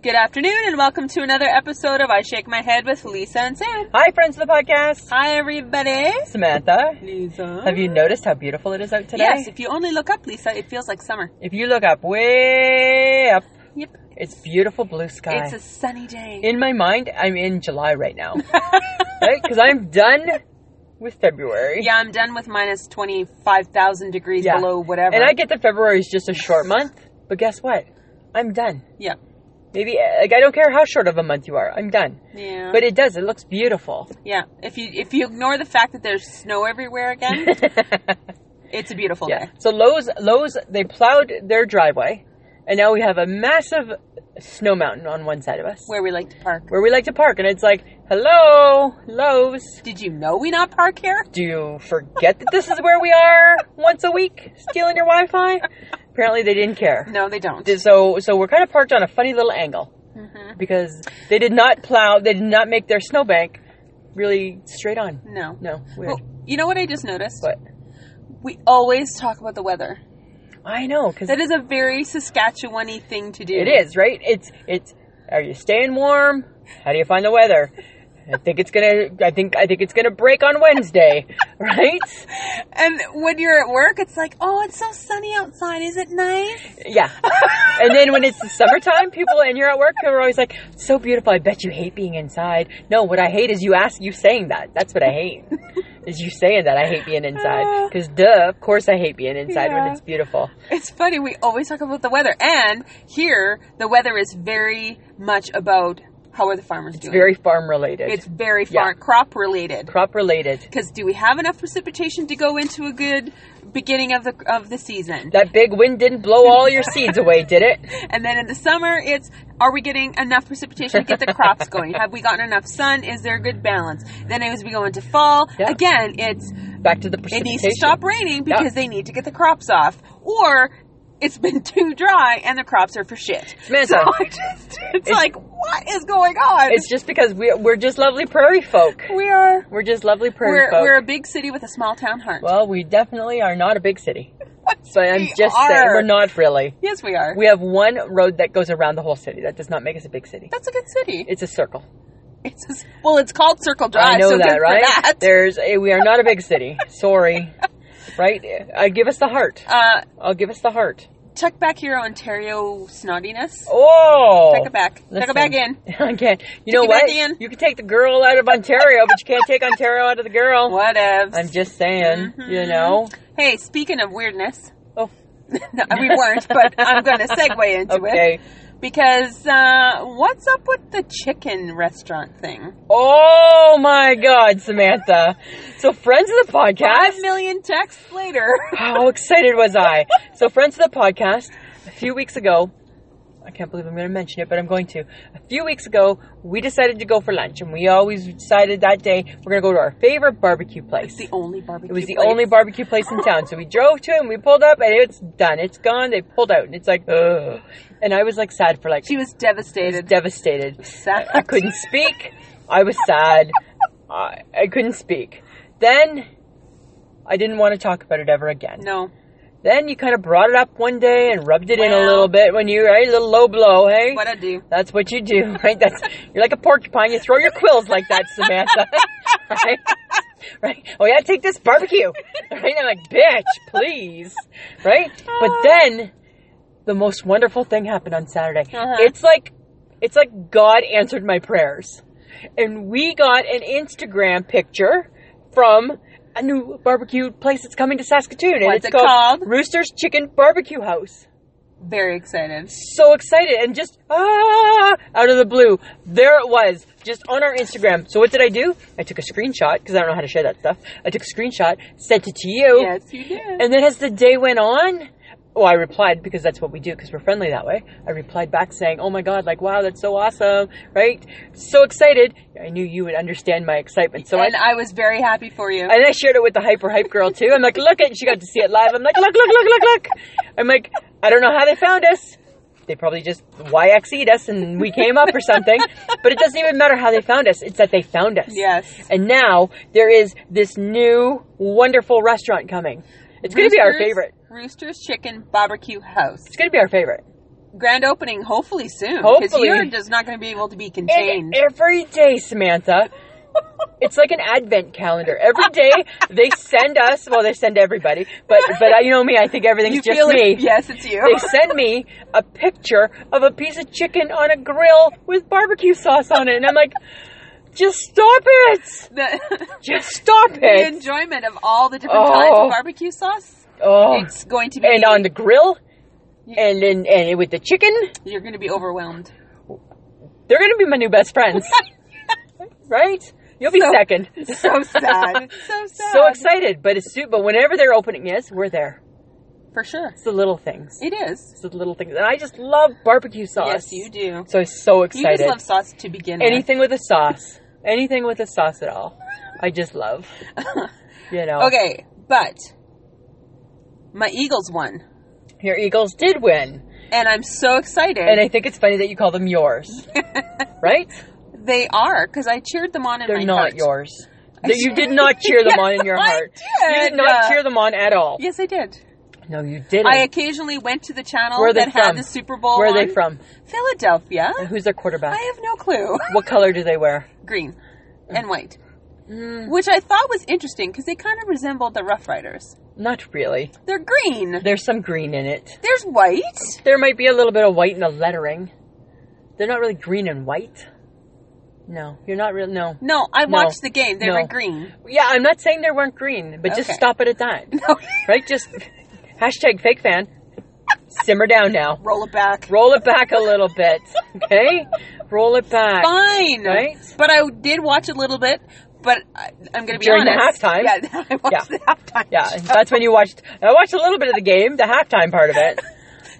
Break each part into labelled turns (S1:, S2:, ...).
S1: Good afternoon, and welcome to another episode of I Shake My Head with Lisa and Sam.
S2: Hi, friends of the podcast.
S1: Hi, everybody.
S2: Samantha.
S1: Lisa.
S2: Have you noticed how beautiful it is out today?
S1: Yes, if you only look up, Lisa, it feels like summer.
S2: If you look up way up,
S1: Yep.
S2: it's beautiful blue sky.
S1: It's a sunny day.
S2: in my mind, I'm in July right now, right? Because I'm done with February.
S1: yeah, I'm done with minus 25,000 degrees
S2: Yeah.
S1: below whatever.
S2: And I get that February is just a short month, but guess what? I'm done.
S1: Yeah.
S2: Maybe eh, like I don't care how short of a month you are, I'm done.
S1: Yeah.
S2: But it does. It looks beautiful.
S1: yeah. If you if you ignore the fact that there's snow everywhere again, it's a beautiful
S2: Yeah.
S1: day.
S2: So Lowe's, Lowe's, they plowed their driveway, and now we have a massive snow mountain on one side of us where,
S1: Where we like to park.
S2: we like to park, and it's like, hello, Lowe's.
S1: Did you know we not park here?
S2: Do you forget that this is where we are once a week, stealing your Wi-Fi? Apparently, they didn't care.
S1: No, they don't.
S2: So, so we're kind of parked on a funny little angle because they did not plow. They did not make their snowbank really straight on.
S1: No.
S2: No, weird.
S1: Well, you know what I just noticed?
S2: What?
S1: We always talk about the weather.
S2: I know because
S1: That is a very Saskatchewan-y thing to do.
S2: It is, right? It's it's are you staying warm? How do you find the weather? I think it's gonna I think I think it's gonna break on Wednesday, right?
S1: And when you're at work, it's like, oh, it's so sunny outside. Is it nice?
S2: Yeah. And then when it's the summertime, people and you're at work, people are always like, So beautiful, I bet you hate being inside. No, what I hate is you ask you saying that. That's what I hate. Is you saying that I hate being inside. Because duh, of course I hate being inside when
S1: Yeah.
S2: it's beautiful.
S1: It's funny. We always talk about the weather, and here the weather is very much about how are the farmers
S2: It's
S1: doing.
S2: very farm related.
S1: it's very far crop related.
S2: crop related.
S1: Because do we have enough precipitation to go into a good beginning of the of the season?
S2: That big wind didn't blow all your seeds away, did it?
S1: And then in the summer, it's are we getting enough precipitation to get the crops going? Have we gotten enough sun? Is there a good balance? Then as we go into fall,
S2: Yeah.
S1: again, it's
S2: Back to the
S1: it
S2: precipitation.
S1: needs to stop raining
S2: Yeah.
S1: because they need to get the crops off, or it's been too dry and the crops are for shit.
S2: Samantha.
S1: So I just, it's,
S2: It's-
S1: like, what is going on?
S2: It's just because we we're just lovely prairie folk.
S1: we are
S2: We're just lovely prairie
S1: we're,
S2: folk.
S1: we're a big city with a small town heart.
S2: well, we definitely are not a big city. But I'm
S1: we
S2: just
S1: are.
S2: saying we're not really.
S1: yes, we are.
S2: We have one road that goes around the whole city. That does not make us a big city.
S1: That's a good city.
S2: It's a circle.
S1: It's a s well, it's called Circle Drive.
S2: I know
S1: Ah, so good
S2: that,
S1: for
S2: right?
S1: that.
S2: There's a, we are not a big city. Sorry. Right? Uh, give us the heart.
S1: Uh,
S2: I'll give us the heart.
S1: check back your Ontario snottiness.
S2: Oh.
S1: Check it back. Check it back in.
S2: Listen. I can't. You know
S1: it back
S2: what?
S1: in.
S2: You can take the girl out of Ontario, but you can't take Ontario out of the girl.
S1: Whatevs.
S2: I'm just saying, you
S1: Mm-hmm.
S2: know.
S1: hey, speaking of weirdness,
S2: Oh,
S1: no, we weren't, but I'm going to segue into it.
S2: okay.
S1: Because uh, what's up with the chicken restaurant thing?
S2: Oh my God, Samantha. So, friends of the
S1: Five
S2: podcast,
S1: million texts later.
S2: how excited was I? So, friends of the podcast, a few weeks ago, I can't believe I'm going to mention it, but I'm going to. A few weeks ago, we decided to go for lunch, and we always decided that day we're going to go to our favorite barbecue place.
S1: It's the only barbecue.
S2: It was the
S1: place.
S2: only barbecue place in town. So we drove to it and we pulled up and it's done. It's gone. They pulled out and it's like, ugh. And I was like sad for like,
S1: She was
S2: I was
S1: devastated.
S2: devastated.
S1: Sad.
S2: I couldn't speak. I was sad. I, I couldn't speak. Then I didn't want to talk about it ever again.
S1: No.
S2: Then you kind of brought it up one day and rubbed it in a
S1: Well.
S2: little bit when you, right? A little low blow, hey?
S1: What I do?
S2: That's what you do, right? That's you're like a porcupine. You throw your quills like that, Samantha. right? Right? Oh yeah, take this barbecue. Right? I'm like, bitch, please. Right? But then the most wonderful thing happened on Saturday.
S1: Uh-huh.
S2: It's like it's like God answered my prayers. And we got an Instagram picture from a new barbecue place that's coming to Saskatoon. And
S1: What's it
S2: it's
S1: called?
S2: Rooster's Chicken Barbecue House
S1: Very excited.
S2: so excited and just ah out of the blue there it was just on our instagram so what did i do i took a screenshot because i don't know how to share that stuff i took a screenshot sent it to you
S1: Yes, you did.
S2: and then as the day went on well i replied because that's what we do because we're friendly that way i replied back saying oh my god like wow that's so awesome right so excited i knew you would understand my excitement so
S1: and
S2: i
S1: I was very happy for you.
S2: and I shared it with the hyper hype girl too. I'm like, look at she got to see it live. I'm like, look, look, look, look, look. I'm like, I don't know how they found us. They probably just YXE'd us and we came up or something. But it doesn't even matter how they found us. It's that they found us.
S1: yes.
S2: And now there is this new wonderful restaurant coming. It's going to be our
S1: Roosters-
S2: favorite.
S1: Rooster's Chicken Barbecue House.
S2: It's going to be our favorite.
S1: grand opening hopefully soon.
S2: Hopefully.
S1: you're just not going to be able to be
S2: And
S1: contained.
S2: every day, Samantha. It's like an advent calendar. Every day they send us, well, they send everybody, but but I, you know me, I think everything's
S1: you
S2: just
S1: feel
S2: me.
S1: it? Yes, it's you.
S2: They send me a picture of a piece of chicken on a grill with barbecue sauce on it, and I'm like, just stop it!
S1: the,
S2: Just stop
S1: the
S2: it!
S1: enjoyment of all the different
S2: Oh.
S1: kinds of barbecue sauce.
S2: Oh,
S1: It's going to be
S2: and on the grill, and then and with the chicken,
S1: you're going to be overwhelmed.
S2: they're gonna be my new best friends, right? You'll be
S1: So-
S2: second.
S1: So sad. so sad.
S2: So excited, but it's soon. But whenever they're opening, yes, we're there.
S1: For sure.
S2: It's the little things.
S1: It is.
S2: It's the little things, and I just love barbecue sauce.
S1: Yes, you do.
S2: So I'm so
S1: You
S2: excited.
S1: just love sauce to begin
S2: Anything with a sauce. Anything with a sauce at all. I just love. You know.
S1: with. Okay, but my Eagles won.
S2: Your Eagles did win.
S1: And I'm so excited.
S2: And I think it's funny that you call them yours. right?
S1: they are, because I cheered them on in
S2: They're
S1: my
S2: not
S1: heart.
S2: yours. That you did not cheer them on in your
S1: I
S2: heart. You
S1: did.
S2: did not
S1: Uh,
S2: cheer them on at all.
S1: Yes, I did.
S2: No, you didn't.
S1: I occasionally went to the channel
S2: Where are they
S1: that had
S2: from?
S1: the Super Bowl.
S2: Where are
S1: on.
S2: they from? Uh-huh.
S1: Philadelphia.
S2: And who's their quarterback?
S1: I have no clue.
S2: What color do they wear?
S1: Green and white,
S2: Mm.
S1: which I thought was interesting because they kind of resembled the Rough Riders.
S2: Not really.
S1: They're green.
S2: There's some green in it.
S1: There's white.
S2: There might be a little bit of white in the lettering. They're not really green and white. No, you're not real. No,
S1: No, I
S2: No.
S1: watched the game. They
S2: No.
S1: were green.
S2: Yeah, I'm not saying they weren't green, but just
S1: Okay.
S2: stop it at that.
S1: No.
S2: Right? Just hashtag fake fan. Simmer down now.
S1: Roll it back.
S2: Roll it back a little bit. Okay? Roll it back.
S1: Fine.
S2: Right?
S1: But I did watch a little bit. But I, I'm going to be
S2: During the
S1: honest.
S2: halftime?
S1: Yeah, I watched the
S2: Yeah.
S1: halftime.
S2: Yeah, that's when you watched. I watched a little bit of the game, the halftime part of it.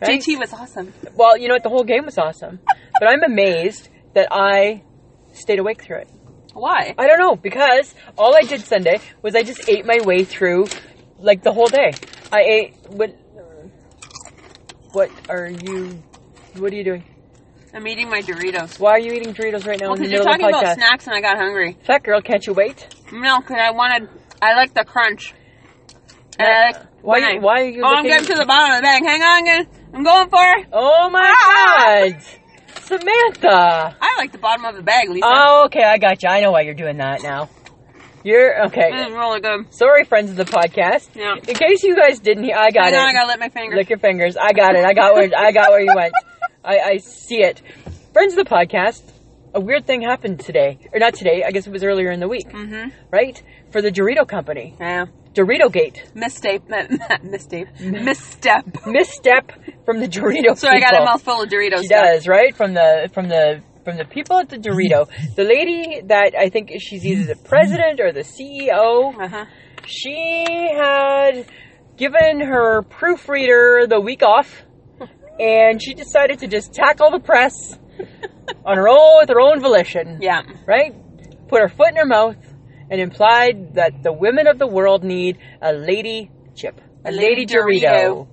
S2: Right?
S1: JT was awesome.
S2: Well, you know what? The whole game was awesome. But I'm amazed that I stayed awake through it.
S1: Why?
S2: I don't know because all I did Sunday was I just ate my way through, like the whole day. I ate what? What are you? What are you doing?
S1: I'm eating my Doritos.
S2: Why are you eating Doritos right now
S1: Well,
S2: in the
S1: because Oh, you're
S2: middle of
S1: talking
S2: the
S1: about
S2: podcast?
S1: snacks and I got hungry.
S2: Fat girl, can't you wait?
S1: No, because I wanted. I like the crunch. And I like
S2: Why?
S1: when I-
S2: why are you?
S1: Oh, I'm
S2: looking-
S1: getting to the bottom of the bag. Hang on, guys. I'm going for. it.
S2: Oh my
S1: Ah!
S2: god, Samantha.
S1: I like the bottom of the bag, Lisa.
S2: Oh, okay, I got you. I know why you're doing that now. You're okay.
S1: this is really good.
S2: Sorry, friends of the podcast.
S1: Mm. Yeah.
S2: In case you guys didn't, hear, I got
S1: Hang
S2: it.
S1: on, I gotta let my fingers.
S2: Lick your fingers. I got it. I got where I got where you went. I, I see it. Friends of the podcast, a weird thing happened today. Or not today, I guess it was earlier in the week,
S1: mm-hmm.
S2: right? For the Dorito company.
S1: Yeah.
S2: Dorito Gate.
S1: Misstep. Misstep. Misstep.
S2: Misstep from the Dorito
S1: So I got a
S2: people.
S1: mouthful of Doritos.
S2: She does, right? From the from the from the people at the Dorito. The lady that I think she's either the president or the CEO.
S1: Uh huh.
S2: she had given her proofreader the week off and she decided to just tackle the press on her own with her own volition
S1: Yeah.
S2: right put her foot in her mouth and implied that the women of the world need a lady chip a,
S1: A lady
S2: lady, dorito,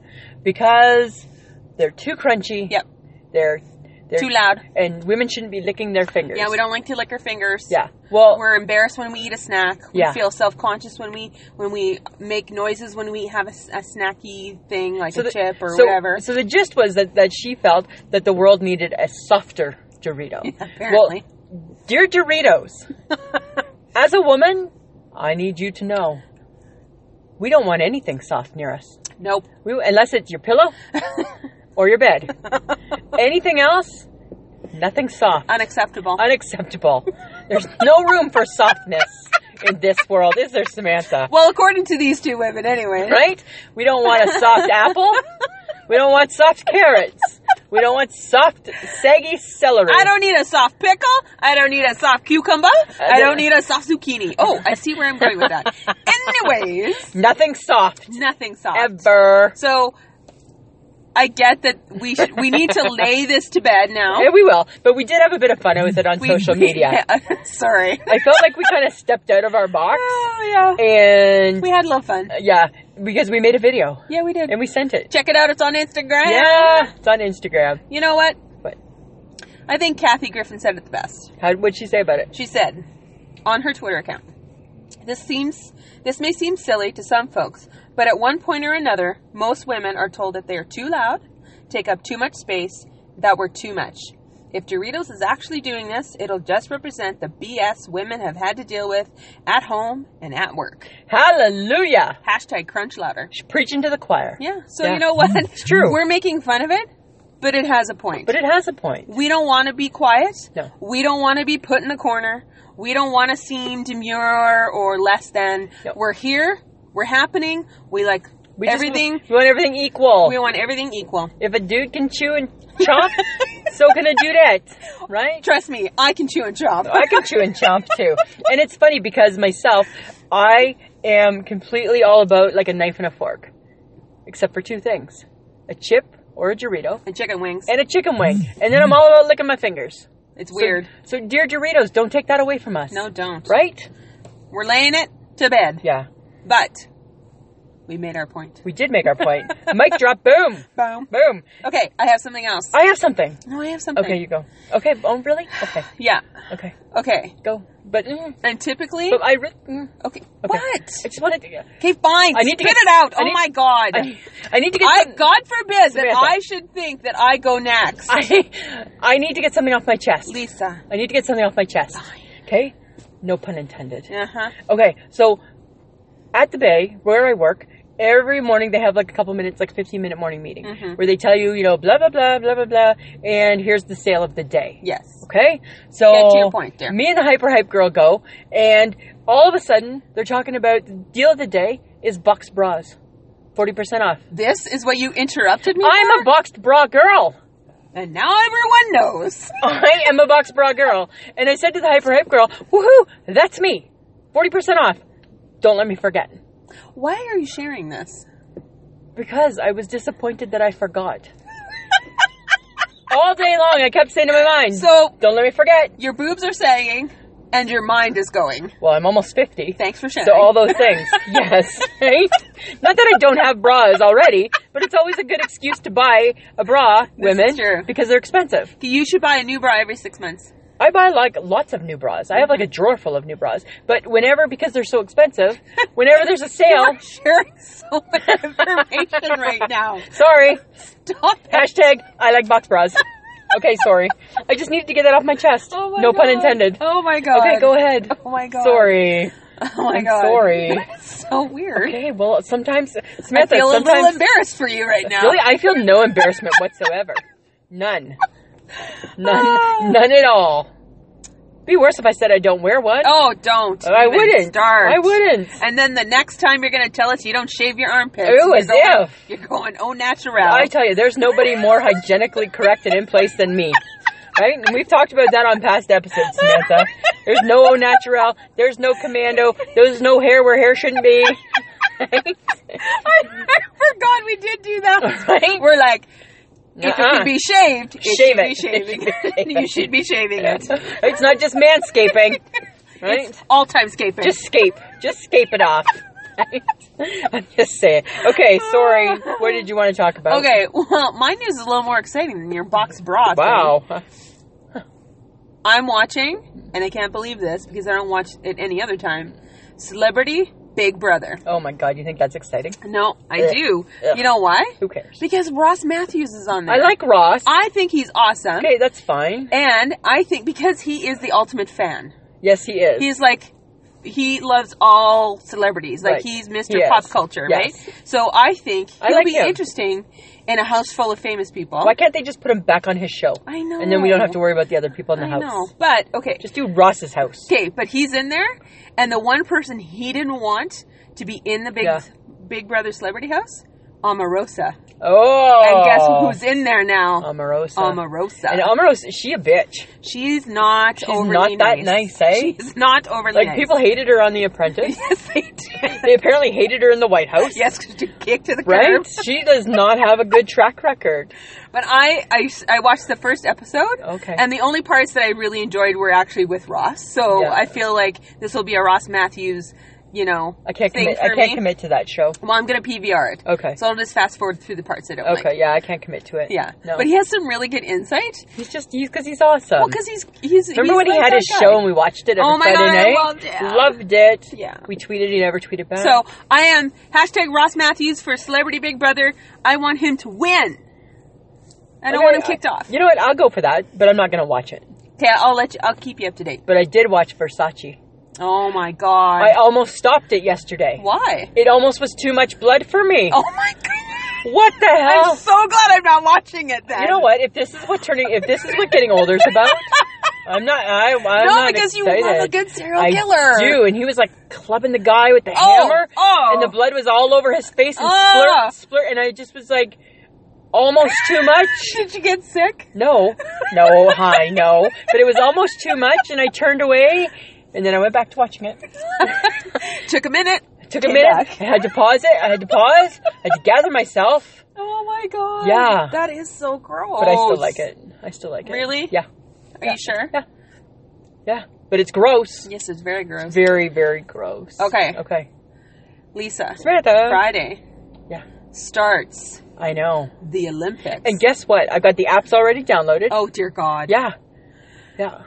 S2: because they're too crunchy
S1: Yep.
S2: they're they're
S1: Too loud.
S2: and women shouldn't be licking their fingers
S1: Yeah, we don't like to lick our fingers.
S2: yeah well
S1: We're embarrassed when we eat a snack. We
S2: Yeah.
S1: feel self conscious when we when we make noises when we have a, s- a snacky thing like a
S2: the-
S1: chip or
S2: so,
S1: whatever.
S2: So the gist was that, that she felt that the world needed a softer Dorito.
S1: Apparently.
S2: Well, dear Doritos, as a woman, I need you to know we don't want anything soft near us.
S1: nope.
S2: We, unless it's your pillow or your bed. anything else, nothing soft.
S1: Unacceptable.
S2: Unacceptable. There's no room for softness in this world, is there, Samantha?
S1: well, according to these two women, anyway.
S2: right? We don't want a soft apple. We don't want soft carrots. We don't want soft, saggy celery.
S1: I don't need a soft pickle. I don't need a soft cucumber. I
S2: don't-
S1: don't need a soft zucchini. Oh, I see where I'm going with that. Anyways,
S2: Nothing soft
S1: nothing soft.
S2: ever.
S1: So I get that we sh- we need to lay this to bed now.
S2: And we will, but we did have a bit of fun with it on
S1: We-
S2: social media.
S1: Yeah, sorry.
S2: I felt like we kind of stepped out of our box,
S1: Oh yeah.
S2: and
S1: We had a little fun.
S2: yeah, because we made a video
S1: Yeah, we did.
S2: and we sent it.
S1: Check it out. It's on Instagram.
S2: Yeah, it's on Instagram.
S1: You know what?
S2: What?
S1: I think Kathy Griffin said it the best.
S2: How what'd she say about it?
S1: She said on her Twitter account, "This seems this may seem silly to some folks, but at one point or another, most women are told that they are too loud, take up too much space that were too much. If Doritos is actually doing this, it'll just represent the BS women have had to deal with at home and at work.
S2: Hallelujah.
S1: Hashtag crunch louder.
S2: She's preaching to the choir.
S1: Yeah. So
S2: Yeah.
S1: you know what?
S2: It's true.
S1: We're making fun of it, but it has a point.
S2: But it has a point.
S1: we don't want to be quiet.
S2: No.
S1: We don't want to be put in a corner. We don't want to seem demure or less than.
S2: No.
S1: We're here. We're happening. We like
S2: We just-
S1: everything.
S2: we want everything equal.
S1: we want everything equal.
S2: if a dude can chew and chomp, so can a dudette, right?
S1: Trust me, I can chew and chop.
S2: I can chew and chomp too. And it's funny because myself, I am completely all about like a knife and a fork, except for two things a chip or a Dorito
S1: And chicken wings.
S2: and a chicken wing. And then I'm all about licking my fingers.
S1: It's
S2: So-
S1: weird.
S2: So, dear Doritos, don't take that away from us.
S1: No, don't.
S2: Right?
S1: We're laying it to bed.
S2: Yeah.
S1: But we made our point.
S2: We did make our point. Mic drop, boom,
S1: Boom.
S2: boom.
S1: Okay, I have something else.
S2: I have something.
S1: no, I have something.
S2: Okay, you go. Okay, oh, really? Okay,
S1: yeah.
S2: okay,
S1: Okay.
S2: go. But, mm,
S1: And typically,
S2: but I, re- mm,
S1: okay.
S2: okay.
S1: What?
S2: I just wanted to.
S1: Okay, fine.
S2: I need to
S1: Spit
S2: get-
S1: it out.
S2: I
S1: oh
S2: need-
S1: my god.
S2: I need, I need to get.
S1: I
S2: some-
S1: God forbid that
S2: Samantha.
S1: I should think that I go next.
S2: I, I need to get something off my chest.
S1: Lisa.
S2: I need to get something off my chest. Okay? No pun intended.
S1: Uh huh.
S2: Okay, so at the bay where I work, every morning they have like a couple minutes, like 15 minute morning meeting
S1: Mhm.
S2: where they tell you, you know, blah, blah, blah, blah, blah, blah, and here's the sale of the day.
S1: Yes.
S2: Okay? So,
S1: Get to your point there.
S2: me and the hyper hype girl go, and all of a sudden they're talking about the deal of the day is Bucks bras. 40% off.
S1: This is what you interrupted me.
S2: I'm a
S1: for?
S2: boxed bra girl.
S1: and now everyone knows.
S2: I am a box bra girl. And I said to the hyper hype girl, woohoo, that's me. 40% off. Don't let me forget.
S1: Why are you sharing this?
S2: Because I was disappointed that I forgot. All day long, I kept saying to my mind,
S1: So
S2: don't let me forget.
S1: your boobs are saying, and your mind is going.
S2: Well, I'm almost 50.
S1: Thanks for sharing.
S2: So all those things. yes. Right? Not that I don't have bras already, but it's always a good excuse to buy a bra, women,
S1: is true.
S2: because they're expensive.
S1: you should buy a new bra every six months.
S2: I buy like lots of new bras. I have like a drawer full of new bras. But whenever, because they're so expensive, whenever there's a sale,
S1: You're sharing so much information right now.
S2: sorry,
S1: Stop it.
S2: hashtag I like box bras. Okay, sorry. I just needed to get that off my chest.
S1: Oh my
S2: no pun
S1: God.
S2: intended.
S1: Oh my god.
S2: Okay, go ahead.
S1: Oh my god.
S2: Sorry.
S1: Oh my
S2: I'm
S1: god.
S2: sorry.
S1: So weird.
S2: Okay, well, sometimes,
S1: I
S2: Samantha,
S1: feel a little
S2: sometimes.
S1: embarrassed for you right now.
S2: Really, I feel no embarrassment whatsoever. None.
S1: Ah.
S2: None. None at all. Be worse if I said I don't wear one.
S1: Oh, don't.
S2: I
S1: even
S2: wouldn't.
S1: Start.
S2: I wouldn't.
S1: And then the next time you're going to tell us you don't shave your armpits.
S2: Ooh,
S1: you're
S2: as
S1: going,
S2: if.
S1: You're going au naturel.
S2: I tell you, there's nobody more hygienically correct and in place than me. Right? And we've talked about that on past episodes, Samantha. There's no au naturel. There's no commando. There's no hair where hair shouldn't be.
S1: I forgot we did do that.
S2: Right?
S1: We're like, if it
S2: Uh-uh.
S1: could be shaved, it
S2: Shave
S1: should
S2: it.
S1: be shaving. you should be shaving it.
S2: It's not just manscaping. Right?
S1: It's all time scaping.
S2: Just scape. Just scape it off. I'm just saying. Okay, sorry. What did you want to talk about?
S1: Okay, well, my news is a little more exciting than your box bra. thing.
S2: Wow.
S1: I'm watching, and I can't believe this because I don't watch it any other time. Celebrity Big Brother.
S2: Oh my god, you think that's exciting?
S1: No, I
S2: Ugh.
S1: do.
S2: Ugh.
S1: You know why?
S2: Who cares?
S1: Because Ross Matthews is on there.
S2: I like Ross.
S1: I think he's awesome.
S2: Okay, that's fine.
S1: And I think because he is the ultimate fan.
S2: Yes, he is.
S1: He's like he loves all celebrities. Like
S2: Right.
S1: he's Mr.
S2: Yes.
S1: Pop Culture,
S2: Yes.
S1: right? So I think
S2: I
S1: he'll
S2: like
S1: be
S2: him.
S1: interesting in a house full of famous people.
S2: Why can't they just put him back on his show?
S1: I know.
S2: And then we don't have to worry about the other people in the
S1: I
S2: house.
S1: know. But okay.
S2: Just do Ross's house.
S1: Okay, but he's in there and the one person he didn't want to be in the big
S2: Yeah.
S1: Big Brother celebrity house? Omarosa.
S2: Oh.
S1: And guess who's in there now?
S2: Omarosa.
S1: Omarosa.
S2: And Omarosa, is she a bitch.
S1: She's not
S2: She's
S1: overly
S2: not that nice, eh?
S1: She's not overly
S2: Like
S1: nice.
S2: people hated her on The Apprentice.
S1: yes, they do.
S2: they apparently hated her in the White House.
S1: Yes, because she kicked to the
S2: Right?
S1: curb.
S2: she does not have a good track record.
S1: But I, I, I watched the first episode.
S2: Okay.
S1: And the only parts that I really enjoyed were actually with Ross. So
S2: Yeah.
S1: I feel like this will be a Ross Matthews, you know.
S2: I can't
S1: thing
S2: commit.
S1: for
S2: I can't
S1: me.
S2: commit to that show.
S1: Well, I'm going to PVR it.
S2: Okay.
S1: So I'll just fast forward through the parts I don't
S2: okay.
S1: like.
S2: Yeah, I can't commit to it.
S1: Yeah.
S2: No.
S1: But he has some really good insight.
S2: he's just he's because he's awesome.
S1: Well, because he's, he's.
S2: remember
S1: he's
S2: when he
S1: like
S2: had
S1: that
S2: his
S1: guy.
S2: show and we watched it every
S1: Oh my
S2: Friday
S1: God, I
S2: night?
S1: loved it.
S2: Loved it.
S1: Yeah.
S2: We tweeted. He never tweeted back.
S1: So I am hashtag Ross Matthews for Celebrity Big Brother. I want him to win. I don't
S2: Okay,
S1: want him kicked off.
S2: You know what? I'll go for that, but I'm not gonna watch it.
S1: Okay, I'll let you. I'll keep you up to date.
S2: But I did watch Versace.
S1: Oh my god.
S2: I almost stopped it yesterday.
S1: Why?
S2: It almost was too much blood for me.
S1: Oh my god.
S2: What the hell?
S1: I'm so glad I'm not watching it then.
S2: you know what? If this is what turning, if this is what getting older is about, I'm not. I, I'm
S1: No,
S2: not
S1: because you
S2: excited.
S1: love a good serial
S2: I
S1: killer.
S2: do, and he was like clubbing the guy with the
S1: Oh,
S2: hammer,
S1: oh.
S2: and the blood was all over his face and
S1: Ah.
S2: splurt, splurt, and I just was like, almost too much.
S1: Did you get sick?
S2: No, no, hi, no, but it was almost too much, and I turned away, and then I went back to watching it.
S1: Took a minute.
S2: Took a
S1: Came
S2: minute.
S1: back.
S2: I had to pause it. I had to pause. I had to gather myself,
S1: Oh my god.
S2: Yeah.
S1: That is so gross.
S2: but I still like it. I still like it.
S1: Oh, Really?
S2: Yeah,
S1: Are you sure?
S2: Yeah. yeah, but it's gross.
S1: Yes, it's very gross.
S2: Very, very gross.
S1: Okay.
S2: Okay.
S1: Lisa,
S2: Samantha.
S1: Friday
S2: Yeah,
S1: starts
S2: I know.
S1: the Olympics.
S2: And guess what? I've got the apps already downloaded.
S1: oh dear God.
S2: Yeah. Yeah.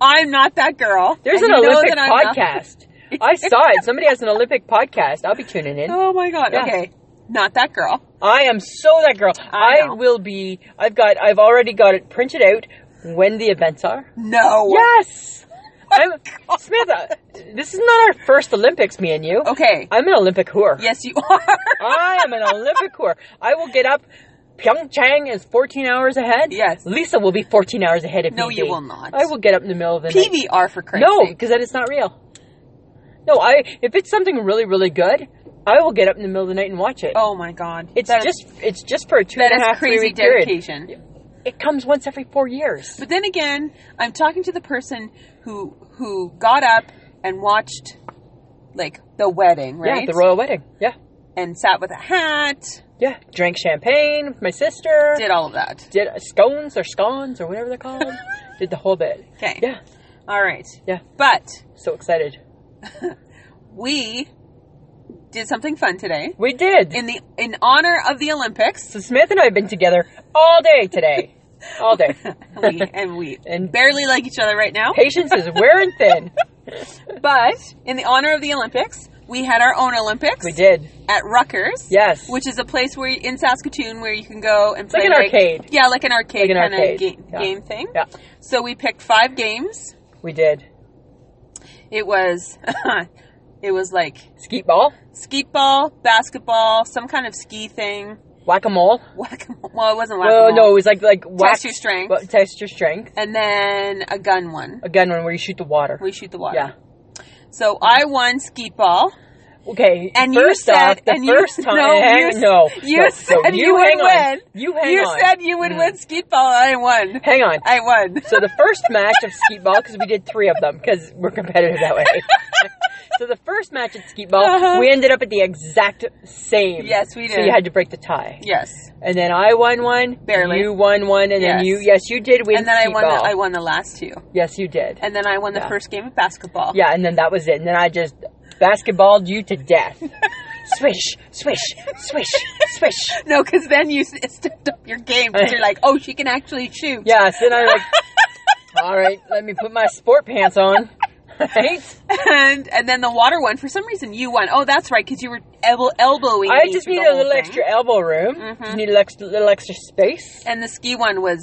S1: I'm not that girl.
S2: There's
S1: And
S2: an
S1: you know
S2: Olympic
S1: that I'm not-
S2: podcast. I saw it. Somebody has an Olympic podcast. I'll be tuning in.
S1: Oh my God.
S2: Yeah.
S1: Okay. Not that girl.
S2: I am so that girl.
S1: I
S2: I,
S1: know.
S2: will be. I've got. I've already got it printed out when the events are.
S1: No.
S2: Yes.
S1: Oh
S2: I'm, Samantha, this is not our first Olympics, me and you.
S1: Okay.
S2: I'm an Olympic whore.
S1: Yes, you are.
S2: I am an Olympic whore. I will get up. Pyeongchang is 14 hours ahead.
S1: Yes.
S2: Lisa will be 14 hours ahead of me.
S1: No, you will not.
S2: I will get up in the middle of the night.
S1: PVR for crazy.
S2: No, because then it's not real. No, I if it's something really really good, I will get up in the middle of the night and watch it.
S1: Oh my God.
S2: it's
S1: That is-
S2: just it's just for a two
S1: that
S2: and a
S1: is
S2: half three
S1: crazy
S2: week period.
S1: dedication.
S2: It comes once every four years.
S1: But then again, I'm talking to the person who who got up and watched like the wedding, right?
S2: Yeah, the royal wedding. Yeah,
S1: and sat with a hat,
S2: yeah. Drank champagne with my sister.
S1: did all of that.
S2: did scones or scones or whatever they're called. did the whole bit.
S1: Okay.
S2: Yeah,
S1: All right.
S2: yeah.
S1: But
S2: So excited.
S1: we did something fun today
S2: We did.
S1: in the in honor of the Olympics.
S2: So Smith and I have been together all day today. All day.
S1: we, and we
S2: And-
S1: barely like each other right now.
S2: Patience is wearing thin.
S1: But in the honor of the Olympics, we had our own Olympics
S2: We did.
S1: at Rutgers.
S2: Yes.
S1: Which is a place where you- in Saskatoon where you can go and play
S2: like an arcade.
S1: Yeah, like an arcade
S2: Like an
S1: kind
S2: arcade.
S1: of game,
S2: Yeah.
S1: game thing.
S2: Yeah,
S1: So we picked five games.
S2: we did.
S1: It was it was like
S2: Skeet ball,
S1: skeet ball, basketball, some kind of ski thing.
S2: whack a mole.
S1: Whack-a-mole. Well, it wasn't whack
S2: Well, no, it was like like whack,
S1: your strength.
S2: well, test your strength.
S1: And then a gun one.
S2: Again, when where you shoot the water.
S1: We shoot the water.
S2: Yeah.
S1: So I won skeet ball.
S2: Okay.
S1: And you
S2: first
S1: said-
S2: off, the
S1: and you-
S2: first time.
S1: no,
S2: hang-
S1: you-
S2: no,
S1: you
S2: no, no,
S1: said you
S2: you
S1: would
S2: hang on.
S1: win.
S2: You hang
S1: you
S2: on. Hmm.
S1: said you would win skeet ball. I won.
S2: hang on.
S1: I won.
S2: So the first match of skeet ball, because we did three of them, because we're competitive that way. so the first match at skeet ball,
S1: Uh-huh.
S2: we ended up at the exact same.
S1: Yes, we
S2: So
S1: did.
S2: you had to break the tie,
S1: yes.
S2: and then I won one,
S1: Barely.
S2: You won one, and
S1: Yes.
S2: then you, yes, you did win.
S1: And then I
S2: skeet
S1: won. The,
S2: ball.
S1: I won the last two.
S2: Yes, you did.
S1: And then I won the
S2: Yeah.
S1: first game of basketball.
S2: yeah, and then that was it. And then I just basketballed you to death. swish, swish, swish, swish.
S1: No, because then you s- stepped up your game. 'cause you're like, oh, she can actually shoot.
S2: Yeah. So then I like, all right, let me put my sport pants on. Right?
S1: And and then the water one. For some reason, you won. Oh, that's right, because you were elbow- elbowing.
S2: I
S1: me
S2: just
S1: through the
S2: needed a
S1: whole
S2: little
S1: thing.
S2: extra elbow room.
S1: Mhm.
S2: Just needed a extra, little extra space.
S1: And the ski one was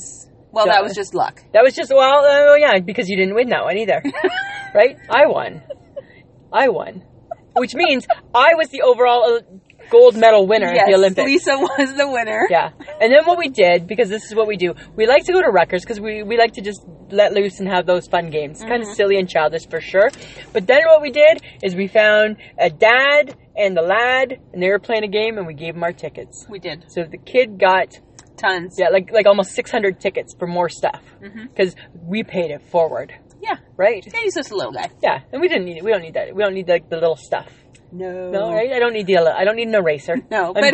S1: well,
S2: Yeah.
S1: that was just luck.
S2: That was just well, oh yeah, because you didn't win that one either, right? I won. I won, which means I was the overall uh, gold medal winner at the Olympics.
S1: Lisa was the winner.
S2: Yeah. And then what we did, because this is what we do, we like to go to Rutgers because we, we like to just let loose and have those fun games. Kind
S1: Mm-hmm.
S2: of silly and childish for sure. But then what we did is we found a dad and the lad, and they were playing a game, and we gave them our tickets.
S1: We did
S2: So the kid got
S1: tons.
S2: yeah like like almost 600 tickets for more stuff
S1: Mm-hmm.
S2: because we paid it forward,
S1: yeah.
S2: right?
S1: Yeah, he's just a little guy.
S2: Yeah, and we didn't need we don't need that we don't need like the little stuff.
S1: No,
S2: No, right? I don't need the I don't need an eraser.
S1: No,
S2: I'm
S1: but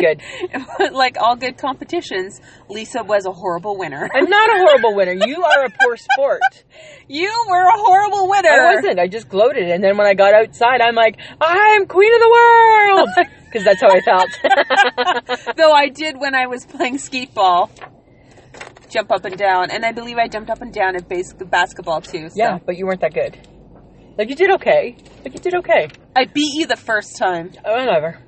S2: good.
S1: like all good competitions, Lisa was a horrible winner.
S2: I'm not a horrible winner. You are a poor sport.
S1: You were a horrible winner.
S2: I wasn't. I just gloated. And then when I got outside, I'm like, I'm queen of the world. Because that's how I felt.
S1: Though I did when I was playing skeet ball. Jump up and down, and I believe I jumped up and down at basic basketball too. So
S2: yeah, but you weren't that good. Like, you did okay. Like, you did okay.
S1: I beat you the first time.
S2: Oh, Whatever.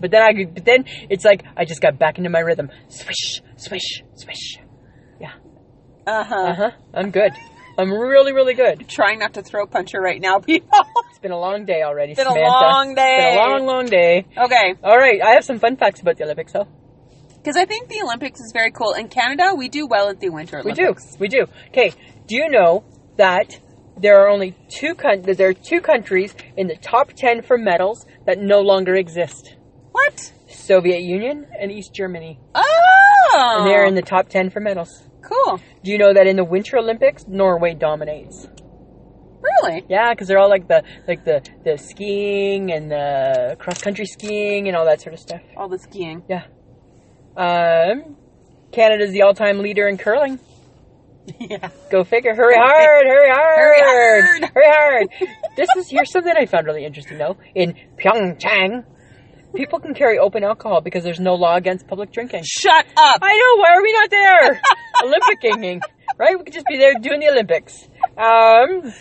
S2: But then I, but then it's like, I just got back into my rhythm. Swish, swish, swish.
S1: Uh huh.
S2: Uh huh. I'm good. I'm really, really good.
S1: Trying not to throw puncher right now, people.
S2: It's been a long day already.
S1: It's been a
S2: Samantha.
S1: long
S2: It's
S1: day.
S2: been a long, long day.
S1: okay.
S2: All right, I have some fun facts about the Olympics, though.
S1: Because I think the Olympics is very cool. In Canada, we do well at the Winter
S2: We
S1: Olympics.
S2: do. We do. Okay. Do you know that there are only two coun- that there are two countries in the top 10 for medals that no longer exist?
S1: What?
S2: Soviet Union and East Germany.
S1: Oh!
S2: And they're in the top 10 for medals.
S1: Cool.
S2: Do you know that in the Winter Olympics, Norway dominates?
S1: Really?
S2: Yeah, because they're all like the like the the skiing and the cross country skiing and all that sort of stuff.
S1: All the skiing.
S2: Yeah. Um, Canada's the all time leader in curling.
S1: Yeah.
S2: Go figure. Hurry hard, hurry hard,
S1: hard.
S2: hurry hard. this is here's something I found really interesting though. In Pyeongchang, people can carry open alcohol because there's no law against public drinking.
S1: Shut up!
S2: I know. Why are we not there? Olympicing, right? We could just be there doing the Olympics. Um,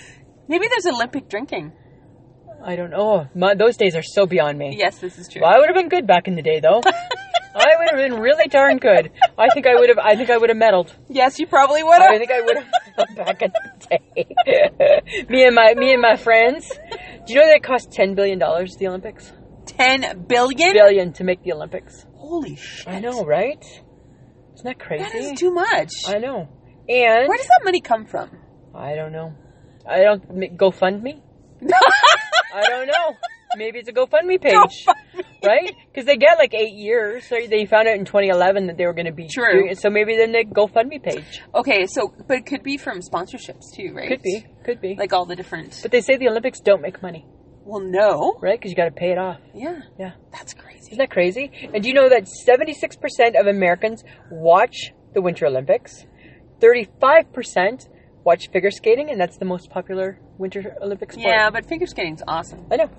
S1: Maybe there's Olympic drinking.
S2: I don't know. My, those days are so beyond me.
S1: Yes, this is true.
S2: Well, I would have been good back in the day, though. I would have been really darn good. I think I would have. I think I would have meddled.
S1: Yes, you probably would
S2: I
S1: have.
S2: think I would have back in the day. me and my me and my friends. Do you know that it cost ten billion dollars the Olympics?
S1: Ten billion?
S2: Billion to make the Olympics.
S1: Holy shit.
S2: I know, right? Isn't that crazy?
S1: That is too much.
S2: I know. And
S1: Where does that money come from?
S2: I don't know. I don't m- GoFundMe. I don't know. Maybe it's a GoFundMe page, right? Because they get like eight years. So they found out in 2011 that they were going to be
S1: True.
S2: doing it. So maybe then the GoFundMe page
S1: okay, so, but it could be from sponsorships too, right?
S2: could be, could be.
S1: Like all the different.
S2: but they say the Olympics don't make money,
S1: Well, no.
S2: right? Because you got to pay it off.
S1: Yeah.
S2: Yeah,
S1: That's crazy.
S2: isn't that crazy? And do you know that 76 percent of Americans watch the Winter Olympics? 35 percent watch figure skating, and that's the most popular Winter Olympic sport.
S1: Yeah, but figure skating's awesome.
S2: I know.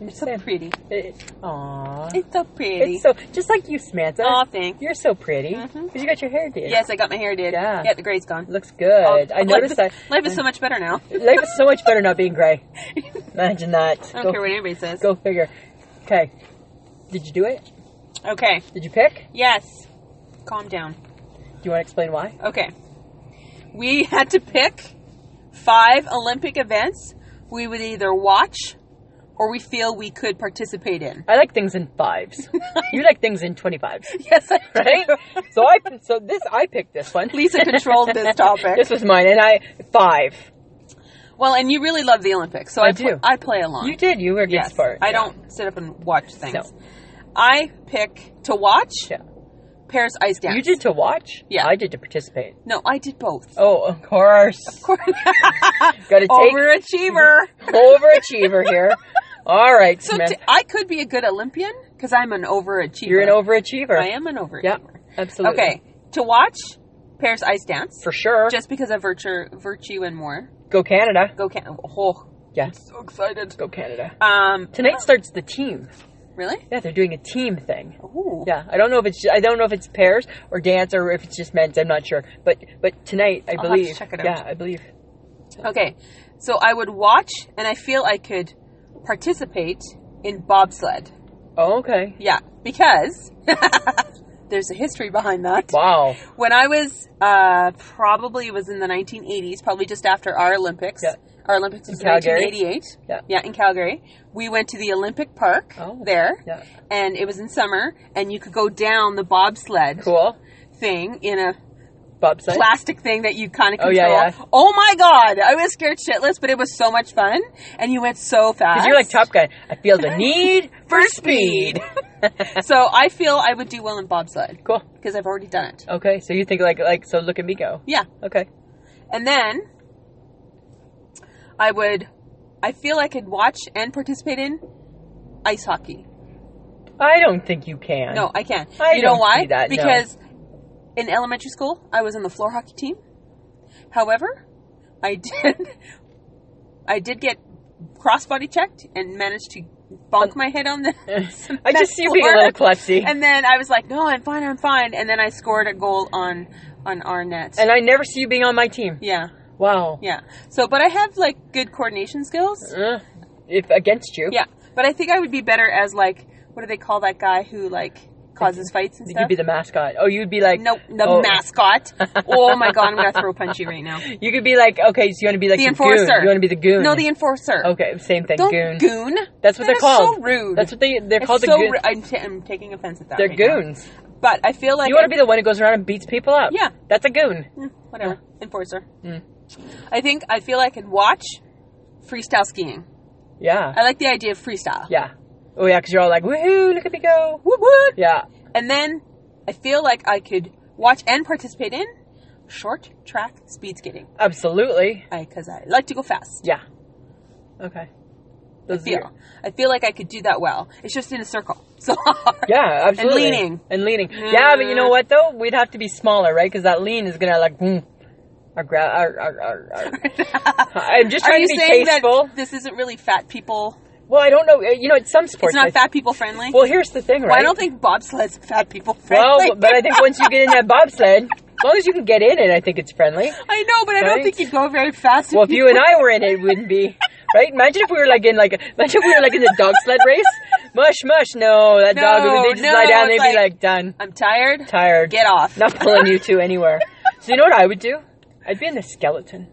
S1: It's so pretty.
S2: Aw.
S1: It's so pretty.
S2: It's so just like you, Samantha.
S1: Aw, thanks.
S2: You're so pretty because
S1: Mhm.
S2: you got your hair did.
S1: Yes, I got my hair did.
S2: Yeah.
S1: the gray's gone.
S2: looks good.
S1: Oh,
S2: I noticed
S1: life,
S2: that.
S1: Life is so much better now.
S2: Life is so much better not being gray. Imagine that.
S1: I don't
S2: go,
S1: care what anybody says.
S2: go figure. Okay, did you do it?
S1: Okay.
S2: Did you pick?
S1: Yes. Calm down.
S2: Do you want to explain why?
S1: Okay. We had to pick five Olympic events we would either watch or we feel we could participate in.
S2: I like things in fives. you like things in twenty fives,
S1: Yes, I
S2: right? so I so this I picked this one.
S1: Lisa controlled this topic.
S2: this was mine, and I five.
S1: Well, and you really love the Olympics, so I,
S2: I
S1: pl-
S2: do.
S1: I play along.
S2: You did. You were a good
S1: yes.
S2: sport.
S1: I
S2: Yeah.
S1: don't sit up and watch things.
S2: No.
S1: I pick to watch
S2: Yeah.
S1: Paris ice dance.
S2: You did to watch.
S1: Yeah.
S2: I did to participate.
S1: No, I did both.
S2: Oh, of course.
S1: Of course.
S2: Got to Oh, take
S1: Overachiever.
S2: overachiever here. All right,
S1: So
S2: Smith.
S1: t- I could be a good Olympian because I'm an overachiever.
S2: You're an overachiever.
S1: I am an overachiever.
S2: Yeah, absolutely.
S1: Okay, to watch Paris Ice Dance,
S2: For sure.
S1: just because of virtue, virtue and more.
S2: go Canada.
S1: Go Canada! Oh,
S2: Yes.
S1: so excited.
S2: Go Canada.
S1: Um,
S2: Tonight starts the team.
S1: really?
S2: Yeah, they're doing a team thing.
S1: Ooh.
S2: Yeah, I don't know if it's I don't know if it's pairs or dance or if it's just men's. I'm not sure. But but tonight I
S1: I'll have to
S2: believe.
S1: check it out.
S2: Yeah, I believe.
S1: Okay, so I would watch, and I feel I could participate in bobsled.
S2: Oh, okay.
S1: Yeah, because there's a history behind that.
S2: Wow.
S1: When I was uh, probably it was in the 1980s, probably just after our Olympics.
S2: Yeah.
S1: Our Olympics was
S2: Calgary.
S1: 1988.
S2: Yeah.
S1: yeah, in Calgary. We went to the Olympic Park
S2: Oh.
S1: there,
S2: Yeah.
S1: and it was in summer, and you could go down the bobsled
S2: Cool.
S1: thing in a
S2: Bobsled.
S1: plastic thing that you kind of
S2: Oh,
S1: control.
S2: yeah,
S1: Oh my god, I was scared shitless, but it was so much fun, and you went so fast.
S2: Because you're like Top Gun. I feel the need for speed.
S1: so I feel I would do well in bobsled
S2: cool.
S1: because I've already done it.
S2: Okay, so you think like like so? Look at me go.
S1: Yeah,
S2: Okay.
S1: And then I would, I feel I could watch and participate in ice hockey.
S2: I don't think you can.
S1: No, I can.
S2: I
S1: you know
S2: don't
S1: why?
S2: see that, no.
S1: because in elementary school, I was on the floor hockey team. However, I did, I did get crossbody checked and managed to bonk my head on the.
S2: Um, I just see you being a little klutzy. And,
S1: And then I was like, "No, I'm fine, I'm fine." And then I scored a goal on on our net.
S2: I never see you being on my team.
S1: yeah,
S2: Wow.
S1: yeah. So, but I have like good coordination skills.
S2: Uh, if against you.
S1: Yeah, but I think I would be better as like what do they call that guy who like causes fights and stuff.
S2: You'd be the mascot. Oh, you'd be like
S1: nope, the
S2: oh.
S1: mascot. Oh my god, I'm gonna throw a punchy right now.
S2: You could be like okay, so you want to be like
S1: The
S2: the
S1: enforcer.
S2: Goon. You want to be the goon.
S1: No, the enforcer.
S2: okay, same thing.
S1: Don't
S2: goon.
S1: goon.
S2: That's
S1: That
S2: what they're
S1: is
S2: called.
S1: So rude.
S2: That's what they they're
S1: It's
S2: called. the
S1: so
S2: goon.
S1: ru- I'm, t- I'm taking offense at that.
S2: They're
S1: right now.
S2: goons.
S1: But I feel like
S2: you want to be the one who goes around and beats people up.
S1: Yeah.
S2: that's a goon.
S1: Mm, whatever enforcer.
S2: Mm.
S1: I think I feel I could watch freestyle skiing.
S2: Yeah,
S1: I like the idea of freestyle.
S2: yeah. Oh yeah, because you're all like woohoo, look at me go.
S1: Whoop, whoop.
S2: Yeah,
S1: And then I feel like I could watch and participate in short track speed skating
S2: absolutely.
S1: because I, like to go fast.
S2: Yeah.
S1: I
S2: Okay. Those are your-
S1: feel I feel like I could do that well. It's just in a circle, so hard.
S2: Yeah, absolutely.
S1: leaning.
S2: And leaning. Yeah, but you know what though? We'd have to be smaller, right? Because that lean is gonna like. Mm, our gra- our, our, our, our. I'm just
S1: Are
S2: trying
S1: you
S2: to be
S1: saying
S2: tasteful.
S1: that this isn't really fat people?
S2: Well, I don't know. uh, You know, it's some sports.
S1: It's not
S2: I-
S1: fat people friendly.
S2: Well, here's the thing, right?
S1: Well, I don't think bobsled's fat people friendly.
S2: Well, but I think once you get in that bobsled, as long as you can get in it, I think it's friendly.
S1: I know, but I don't
S2: Right?
S1: think you'd go very fast.
S2: Well, if you and I were in it, it wouldn't be. Right? Imagine if we were like in like imagine if we were like in the dog sled race. Mush, mush. No, that dog
S1: No,
S2: would they just
S1: no,
S2: lie down. They'd
S1: it's
S2: be
S1: like-
S2: like done,
S1: I'm tired.
S2: tired.
S1: Get off.
S2: Not pulling you two anywhere. So you know what I would do? I'd be in the skeleton.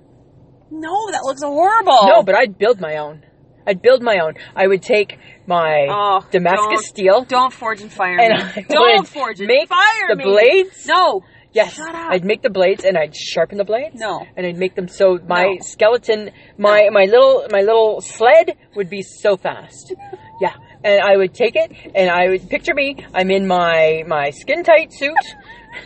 S1: No, that looks horrible.
S2: No, but I'd build my own. I'd build my own. I would take my
S1: Oh,
S2: Damascus
S1: don't-
S2: steel
S1: Don't forge and fire
S2: and
S1: me.
S2: I
S1: Don't
S2: would
S1: forge and
S2: make
S1: fire
S2: the
S1: me.
S2: blades.
S1: No.
S2: Yes,
S1: Shut up.
S2: I'd make the blades and I'd sharpen the blades.
S1: No.
S2: and I'd make them so my
S1: No.
S2: skeleton, my my little my little sled would be so fast. yeah, and I would take it and I would picture me. I'm in my my skin tight suit.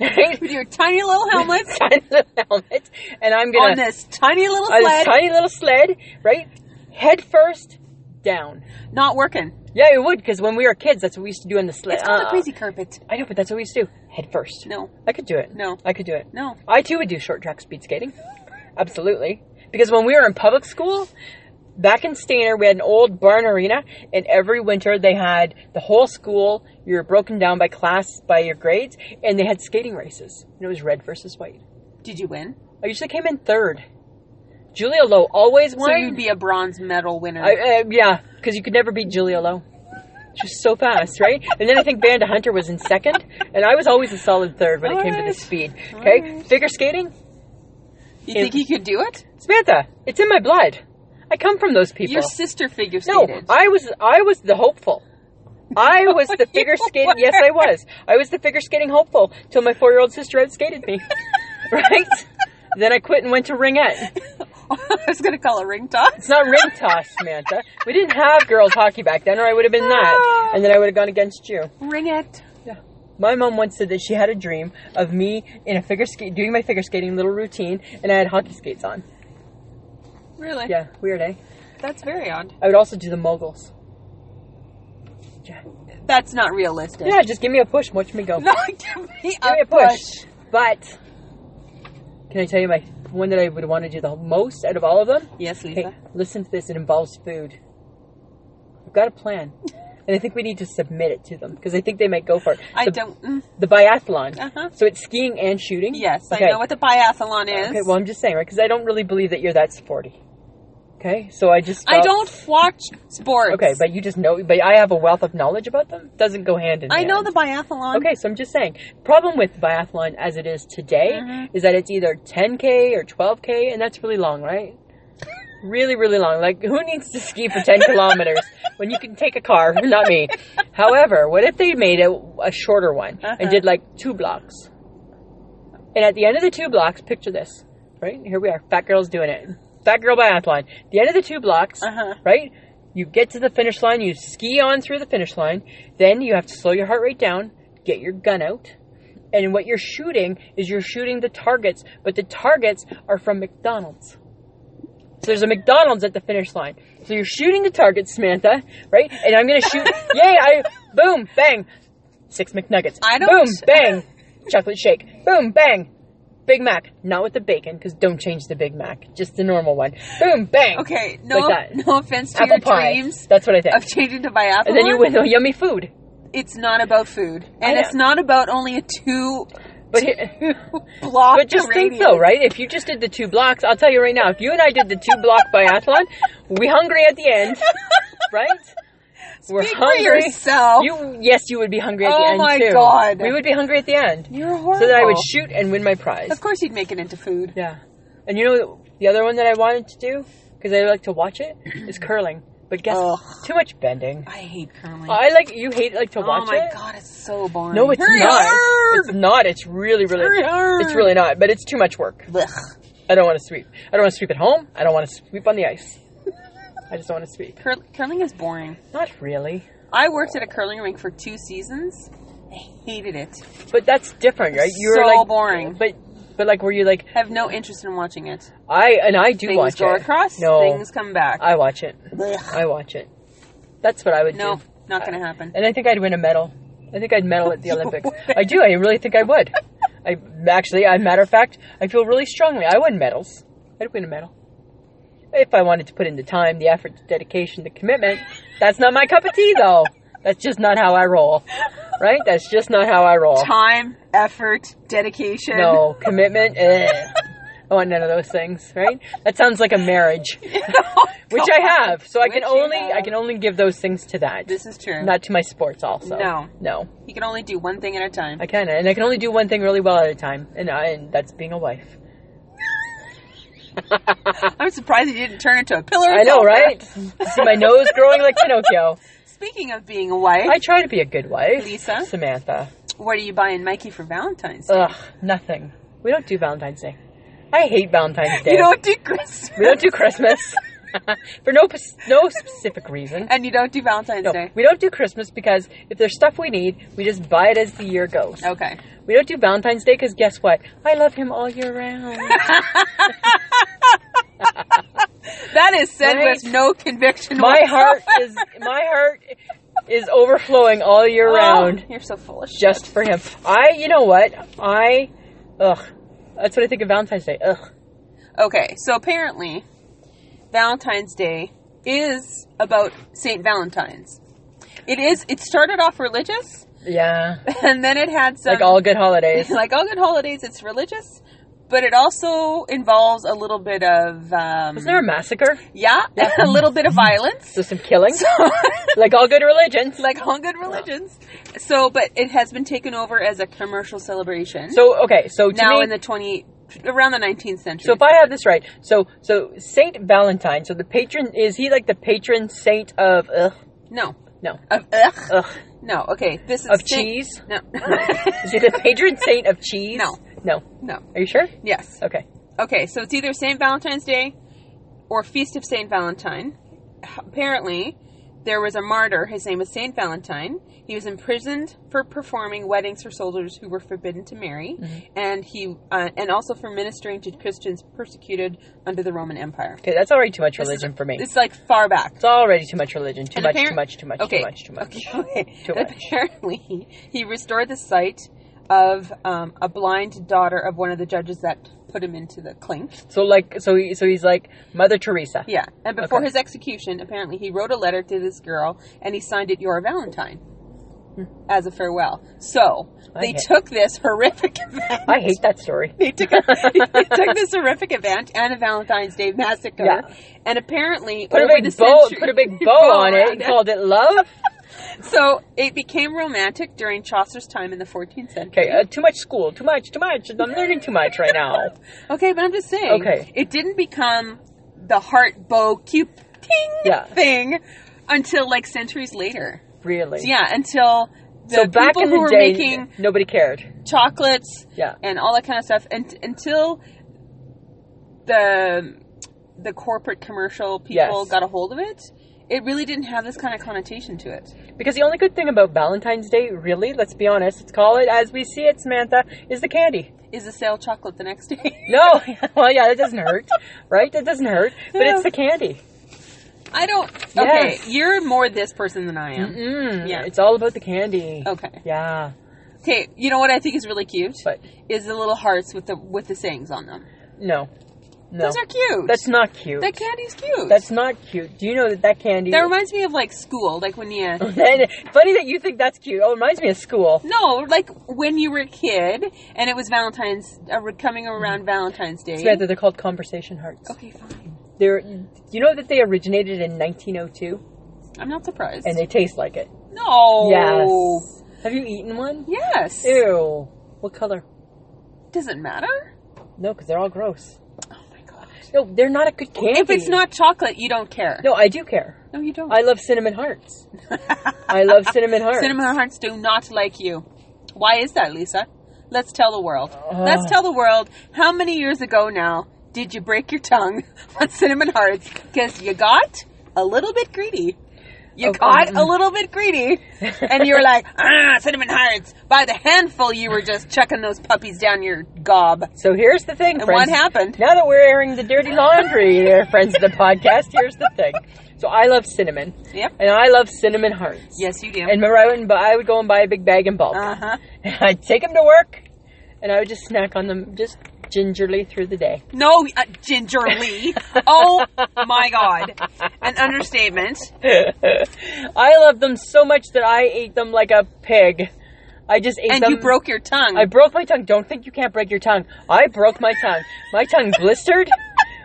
S2: Right?
S1: With your tiny little helmets
S2: Tiny little helmet, and I'm gonna
S1: on this tiny little
S2: on this
S1: sled.
S2: tiny little sled, right? Head first, down.
S1: Not working.
S2: Yeah, it would because when we were kids, that's what we used to do on the sled.
S1: It's called
S2: Uh,
S1: a crazy carpet.
S2: I know, but that's what we used to do. Head first.
S1: No.
S2: I could do it.
S1: No.
S2: I could do it.
S1: No.
S2: I too would do short track speed skating. Absolutely. Because when we were in public school, back in Stainer, we had an old barn arena, and every winter they had the whole school, you were broken down by class, by your grades, and they had skating races. And it was red versus white.
S1: Did you win?
S2: I usually came in third. Julia Lowe always won.
S1: So you'd be a bronze medal winner.
S2: I, uh, yeah, because you could never beat Julia Lowe. She's so fast, right? And then I think Vanda Hunter was in second, and I was always a solid third when it came to the
S1: Alright.
S2: speed. Okay,
S1: Alright.
S2: figure skating,
S1: you think you could do it?
S2: Samantha, it's in my blood. I come from those people.
S1: Your sister figure
S2: no,
S1: skated.
S2: I was I was the hopeful. I was the figure
S1: you
S2: skating. Yes, I was. I was the figure skating hopeful till my four year old sister outskated me. right? Then I quit and went to ringette.
S1: I was going to call it ring toss.
S2: It's not ring toss, Samantha. We didn't have girls hockey back then, or I would have been that, and then I would have gone against you.
S1: Ring it.
S2: Yeah. My mom once said that she had a dream of me in a figure skate, doing my figure skating little routine, and I had hockey skates on.
S1: Really?
S2: Yeah, weird, eh?
S1: That's very odd.
S2: I would also do the moguls. Yeah,
S1: That's not realistic.
S2: yeah just give me a push, and watch me go.
S1: No, give me
S2: give
S1: a,
S2: me a
S1: push.
S2: push. But can I tell you my one that I would want to do the most out of all of them?
S1: Yes, Lisa.
S2: Hey, listen to this. It involves food. I've got a plan, and I think we need to submit it to them because I think they might go for it.
S1: I
S2: The-
S1: don't. Mm,
S2: The biathlon.
S1: Uh-huh.
S2: So it's skiing and shooting.
S1: yes,
S2: Okay.
S1: I know what the biathlon is.
S2: Okay, well, I'm just saying, right? Because I don't really believe that you're that sporty. Okay, so I just
S1: I
S2: felt-
S1: don't watch sports.
S2: Okay, but you just know. But I have a wealth of knowledge about them. Doesn't go hand in.
S1: I
S2: hand.
S1: know the biathlon.
S2: Okay, so I'm just saying. Problem with biathlon as it is today
S1: Mm-hmm.
S2: is that it's either 10k or 12k, and that's really long, right? Really, really long. Like, who needs to ski for 10 kilometers when you can take a car? Not me. However, what if they made it a shorter one
S1: Uh-huh.
S2: and did like two blocks? And at the end of the two blocks, picture this, right? Here we are, fat girls doing it. Fat girl biathlon. The end of the two blocks,
S1: Uh-huh.
S2: right? You get to the finish line, you ski on through the finish line, then you have to slow your heart rate down, get your gun out, and what you're shooting is you're shooting the targets, but the targets are from McDonald's. So there's a McDonald's at the finish line. So you're shooting the targets, Samantha, right? And I'm gonna shoot. Yay! I boom, bang, six McNuggets.
S1: I don't-
S2: Boom, bang, chocolate shake. Boom, bang, Big Mac. Not with the bacon, because don't change the Big Mac. Just the normal one. Boom, bang.
S1: Okay, no,
S2: Like that.
S1: no offense to
S2: Apple
S1: your
S2: pie.
S1: dreams
S2: That's what I think.
S1: of changing to biathlon.
S2: And then you win the yummy food.
S1: It's not about food, and
S2: know.
S1: it's not about only a two
S2: But here-
S1: block.
S2: But just think though, right? If you just did the two blocks, I'll tell you right now, if you and I did the two block biathlon, we hungry at the end, right? We're
S1: Speak
S2: hungry.
S1: for yourself.
S2: You yes, you would be hungry at the
S1: Oh
S2: end
S1: my
S2: too.
S1: God.
S2: We would be hungry at the end.
S1: You're horrible.
S2: So that I would shoot and win my prize.
S1: Of course, you'd make it into food.
S2: Yeah. And you know the other one that I wanted to do because I like to watch it is curling. But guess
S1: Ugh.
S2: too much bending.
S1: I hate curling.
S2: I like you hate like to watch
S1: oh my
S2: it.
S1: god, it's so boring.
S2: No, it's
S1: Hurry
S2: not.
S1: hard.
S2: It's not. It's really really
S1: Hurry hard.
S2: It's really not, but it's too much work.
S1: Blech.
S2: I don't want to sweep. I don't want to sweep at home. I don't want to sweep on the ice. I just don't want to sweep.
S1: Curl- curling is boring.
S2: Not really.
S1: I worked at a curling rink for two seasons. I hated it.
S2: But that's different, right?
S1: It's
S2: You're
S1: so
S2: like
S1: boring.
S2: But but like were you like
S1: Have no interest in watching it.
S2: I and I do
S1: things
S2: watch
S1: go
S2: it.
S1: across.
S2: No,
S1: Things come back.
S2: I watch it.
S1: Blech.
S2: I watch it. That's what I would
S1: no,
S2: do.
S1: not gonna happen.
S2: And I think I'd win a medal. I think I'd medal at the
S1: You
S2: Olympics.
S1: would.
S2: I do. I really think I would. I actually, I matter of fact, I feel really strongly. I win medals. I'd win a medal if I wanted to put in the time, the effort, the dedication, the commitment. That's not my cup of tea, though. That's just not how I roll. Right? That's just not how I roll.
S1: Time, effort, dedication.
S2: No commitment. eh. I want none of those things. Right? That sounds like a marriage, which I have. So I
S1: Which
S2: can
S1: you
S2: only,
S1: have.
S2: I can only give those things to that.
S1: This is true.
S2: Not to my sports, also.
S1: No.
S2: No.
S1: you can only do one thing at a time.
S2: I can, and I can only do one thing really well at a time, and, I, and that's being a wife.
S1: I'm surprised you didn't turn into a pillar. of
S2: I know,
S1: salt.
S2: right? See my nose growing like Pinocchio.
S1: Speaking of being a wife,
S2: I try to be a good wife.
S1: Lisa?
S2: Samantha.
S1: what are you buying Mikey for Valentine's Day?
S2: Ugh, nothing. We don't do Valentine's Day. I hate Valentine's Day.
S1: you don't do Christmas.
S2: we don't do Christmas for no pos- no specific reason.
S1: and you don't do Valentine's
S2: No,
S1: Day.
S2: we don't do Christmas because if there's stuff we need, we just buy it as the year goes.
S1: Okay.
S2: We don't do Valentine's Day because guess what? I love him all year round.
S1: That is said
S2: Right?
S1: with no conviction.
S2: my heart
S1: whatsoever.
S2: is my heart is overflowing all year
S1: Oh,
S2: round
S1: You're so full of shit.
S2: just for him. I, you know what? I, ugh, that's what I think of Valentine's Day. Ugh,
S1: Okay, so apparently, Valentine's Day is about Saint Valentine's. It is. It started off religious,
S2: yeah,
S1: and then it had some
S2: like all good holidays.
S1: like all good holidays. It's religious, but it also involves a little bit of um,
S2: Isn't there a massacre?
S1: yeah, a little bit of violence.
S2: So some killing,
S1: So-
S2: like all good religions.
S1: like all good religions. So, but it has been taken over as a commercial celebration.
S2: So okay, so to
S1: now
S2: me,
S1: in the twenty around the nineteenth century.
S2: so if I have this right, so so Saint Valentine, so the patron is he like the patron saint of ugh,
S1: no,
S2: no
S1: of ugh,
S2: ugh
S1: no. Okay, this is
S2: uh, of
S1: Saint-
S2: cheese?
S1: No.
S2: Is he the patron saint of cheese?
S1: No.
S2: no.
S1: no.
S2: Are you sure?
S1: Yes.
S2: Okay.
S1: Okay, so it's either St. Valentine's Day or Feast of St. Valentine. Apparently, there was a martyr. His name was St. Valentine. He was imprisoned for performing weddings for soldiers who were forbidden to marry, and he uh, and also for ministering to Christians persecuted under the Roman Empire.
S2: Okay, that's already too much
S1: This is-
S2: religion for me.
S1: It's like far back.
S2: It's already too much religion. Too
S1: And
S2: much, too
S1: apparent-
S2: much, too much, too much, too much.
S1: Okay.
S2: Too
S1: And
S2: much.
S1: Apparently, he restored the sight of um, a blind daughter of one of the judges that put him into the clink.
S2: So like, so he, so he's like Mother Teresa.
S1: Yeah. And before
S2: Okay.
S1: his execution, apparently he wrote a letter to this girl and he signed it Your Valentine as a farewell. So
S2: Hmm. I
S1: they
S2: hate-
S1: took this horrific event.
S2: I hate that story.
S1: They took, a, they took this horrific event and a Valentine's Day massacre,
S2: Yeah.
S1: and apparently
S2: Put a
S1: over
S2: big
S1: the
S2: bow,
S1: century-
S2: put a big bow on it,
S1: around
S2: and called it love.
S1: So it became romantic during Chaucer's time in the 14th century.
S2: Okay, uh, too much school, too much, too much. I'm learning too much right now.
S1: Okay, but I'm just saying.
S2: Okay.
S1: It didn't become the heart bow cute ting
S2: Yeah.
S1: thing until like centuries later.
S2: Really.
S1: So, yeah, until the
S2: So back
S1: people
S2: in
S1: who
S2: the
S1: were
S2: day,
S1: making
S2: nobody cared.
S1: chocolates
S2: Yeah.
S1: and all that kind of stuff, and until the the corporate commercial people
S2: Yes.
S1: got a hold of it, it really didn't have this kind of connotation to it.
S2: Because the only good thing about Valentine's Day, really, let's be honest, let's call it as we see it, Samantha, is the candy.
S1: Is a sale chocolate the next day?
S2: No, well, yeah, that doesn't hurt, right? That doesn't hurt, but
S1: Yeah.
S2: it's the candy.
S1: I don't. Okay,
S2: Yes.
S1: you're more this person than I am.
S2: Mm,
S1: Yeah. Oh.
S2: it's all about the candy.
S1: Okay.
S2: Yeah,
S1: Okay, you know what I think is really cute
S2: but
S1: is the little hearts with the with the sayings on them.
S2: no, no,
S1: Those are cute.
S2: that's not cute.
S1: that candy's cute.
S2: That's not cute. Do you know that that candy?
S1: that reminds me of like school, like when you
S2: funny that you think that's cute. Oh, it reminds me of school.
S1: No, like when you were a kid and it was Valentine's, uh, we're coming
S2: Mm.
S1: around Valentine's Day.
S2: Samantha, they're called conversation hearts.
S1: Okay, fine.
S2: They're, you know that they originated in 1902.
S1: I'm not surprised.
S2: and they taste like it.
S1: no.
S2: Yes. Oh. Have you eaten one?
S1: Yes. Yes.
S2: Ew. What color?
S1: Doesn't matter.
S2: No, because they're all gross.
S1: Oh my god.
S2: No, they're not a good candy.
S1: If it's not chocolate, you don't care.
S2: no, I do care.
S1: No, you don't.
S2: I love cinnamon hearts. I love cinnamon hearts.
S1: Cinnamon hearts do not like you. Why is that, Lisa? Let's tell the world. Let's
S2: Ugh.
S1: tell the world how many years ago now did you break your tongue on cinnamon hearts because you got a little bit greedy. You
S2: Oh,
S1: got
S2: mm.
S1: a little bit greedy, and you were like, "Ah, cinnamon hearts!" By the handful, you were just chucking those puppies down your gob.
S2: So here's the thing,
S1: And what
S2: friends.
S1: happened?
S2: Now that we're airing the dirty laundry, there, friends of the podcast, here's the thing. So I love cinnamon,
S1: Yep.
S2: and I love cinnamon hearts.
S1: Yes, you do.
S2: And remember, I would, bu- I would go and buy a big bag in bulk.
S1: Uh huh.
S2: And I'd take them to work, and I would just snack on them just gingerly through the day.
S1: No, uh, gingerly. oh my god, an understatement.
S2: I loved them so much that I ate them like a pig. I just ate
S1: And
S2: them.
S1: you broke your tongue.
S2: I broke my tongue. Don't think you can't break your tongue. I broke my tongue. My tongue blistered.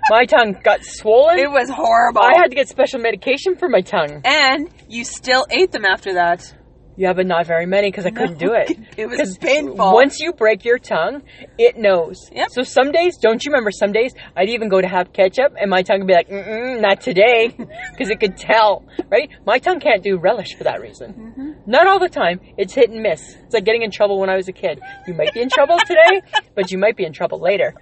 S2: My tongue got swollen.
S1: It was horrible.
S2: I had to get special medication for my tongue.
S1: and you still ate them after that.
S2: Yeah, but not very many because I couldn't do it.
S1: It was
S2: 'Cause
S1: painful.
S2: Once you break your tongue, it knows.
S1: Yep.
S2: So some days, don't you remember? Some days I'd even go to have ketchup, and my tongue would be like, Mm-mm, "Not today," because it could tell. Right? My tongue can't do relish for that reason.
S1: Mm-hmm.
S2: Not all the time. It's hit and miss. It's like getting in trouble when I was a kid. You might be in trouble today, but you might be in trouble later.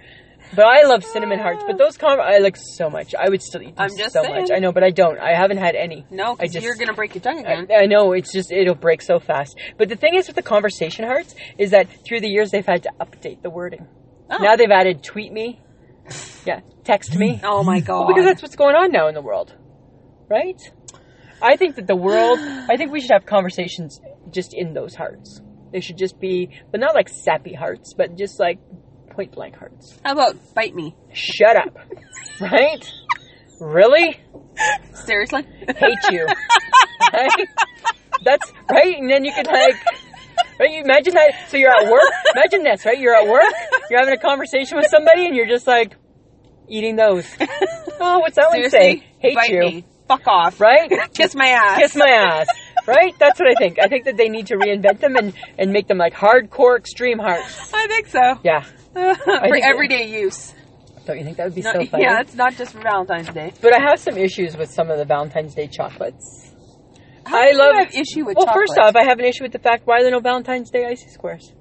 S2: But I love cinnamon hearts. But those com- I like so much. I would still eat them
S1: I'm just
S2: so
S1: saying.
S2: much. I know, but I don't. I haven't had any.
S1: No,
S2: I
S1: because you're gonna break your tongue again.
S2: I, I know it's just it'll break so fast. But the thing is with the conversation hearts is that through the years they've had to update the wording.
S1: Oh.
S2: Now they've added tweet me, yeah, text me,
S1: oh my god!
S2: because that's what's going on now in the world, right? I think that the world. I think we should have conversations just in those hearts. They should just be, but not like sappy hearts, but just like point blank hearts.
S1: How about bite me?
S2: Shut up, right? Really?
S1: Seriously?
S2: hate you. Right? That's right. And then you could like, right? You imagine that. So you're at work. Imagine this, right? You're at work. You're having a conversation with somebody, and you're just like eating those. Oh, what's that one
S1: Seriously?
S2: say? Hate
S1: bite
S2: you,
S1: me. Fuck off.
S2: right?
S1: Kiss my ass.
S2: Kiss my ass. Right? That's what I think. I think that they need to reinvent them and, and make them like hardcore extreme hearts.
S1: I think so.
S2: Yeah.
S1: For
S2: think-
S1: everyday use.
S2: Don't you think that would be
S1: Not-
S2: so funny?
S1: yeah, it's not just for Valentine's Day.
S2: But I have some issues with some of the Valentine's Day chocolates.
S1: How
S2: I
S1: do you
S2: love-
S1: have issue with
S2: well,
S1: chocolate?
S2: first off, I have an issue with the fact why are there no Valentine's Day icy squares?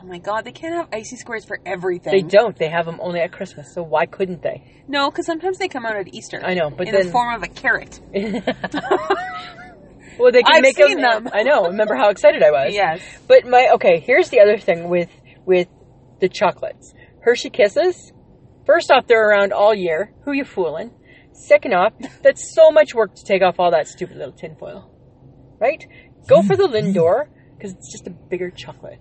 S1: oh my god, they can't have icy squares for everything.
S2: They don't. They have them only at Christmas. So why couldn't they?
S1: No, because sometimes they come out at Easter.
S2: I know, but
S1: in the
S2: then-
S1: form of a carrot.
S2: Well, they can
S1: I've
S2: make
S1: seen them.
S2: I know. Remember how excited I was?
S1: Yes.
S2: But my okay. Here's the other thing with with the chocolates. Hershey Kisses. First off, they're around all year. Who you fooling? Second off, that's so much work to take off all that stupid little tinfoil. Right? Go for the Lindor because it's just a bigger chocolate.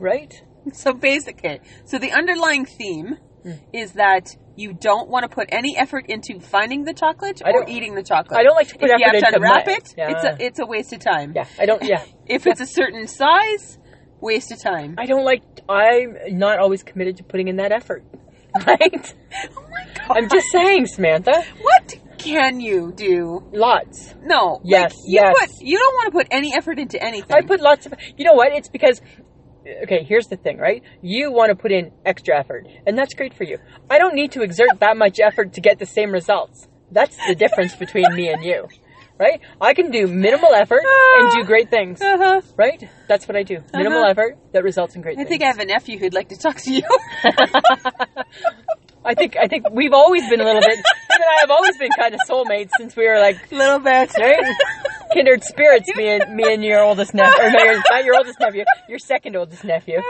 S2: Right?
S1: So basically, so the underlying theme
S2: Hmm.
S1: is that you don't want to put any effort into finding the chocolate
S2: I
S1: or
S2: don't-
S1: eating the chocolate.
S2: I don't like to put
S1: if you
S2: effort
S1: have to
S2: into
S1: unwrap
S2: mine.
S1: it,
S2: Yeah.
S1: it's a it's a waste of time.
S2: Yeah. I don't. Yeah.
S1: If it's a certain size, waste of time.
S2: I don't like. I'm not always committed to putting in that effort. Right?
S1: oh my god!
S2: I'm just saying, Samantha.
S1: what can you do?
S2: Lots.
S1: No.
S2: Yes,
S1: Like, you
S2: yes.
S1: Put, you don't want to put any effort into anything.
S2: I put lots of. You know what? It's because. Okay, here's the thing, right? You want to put in extra effort, and that's great for you. I don't need to exert that much effort to get the same results. That's the difference between me and you, right? I can do minimal effort and do great things,
S1: Uh-huh.
S2: right? That's what I do. Minimal
S1: Uh-huh.
S2: effort that results in great
S1: I
S2: things.
S1: think I have a nephew who'd like to talk to you.
S2: I think I think we've always been a little bit. Him and I have always been kind of soulmates since we were like
S1: a little bit.
S2: right? kindred spirits. Me and me and your oldest nephew, or no, your, not your oldest nephew, your second oldest nephew.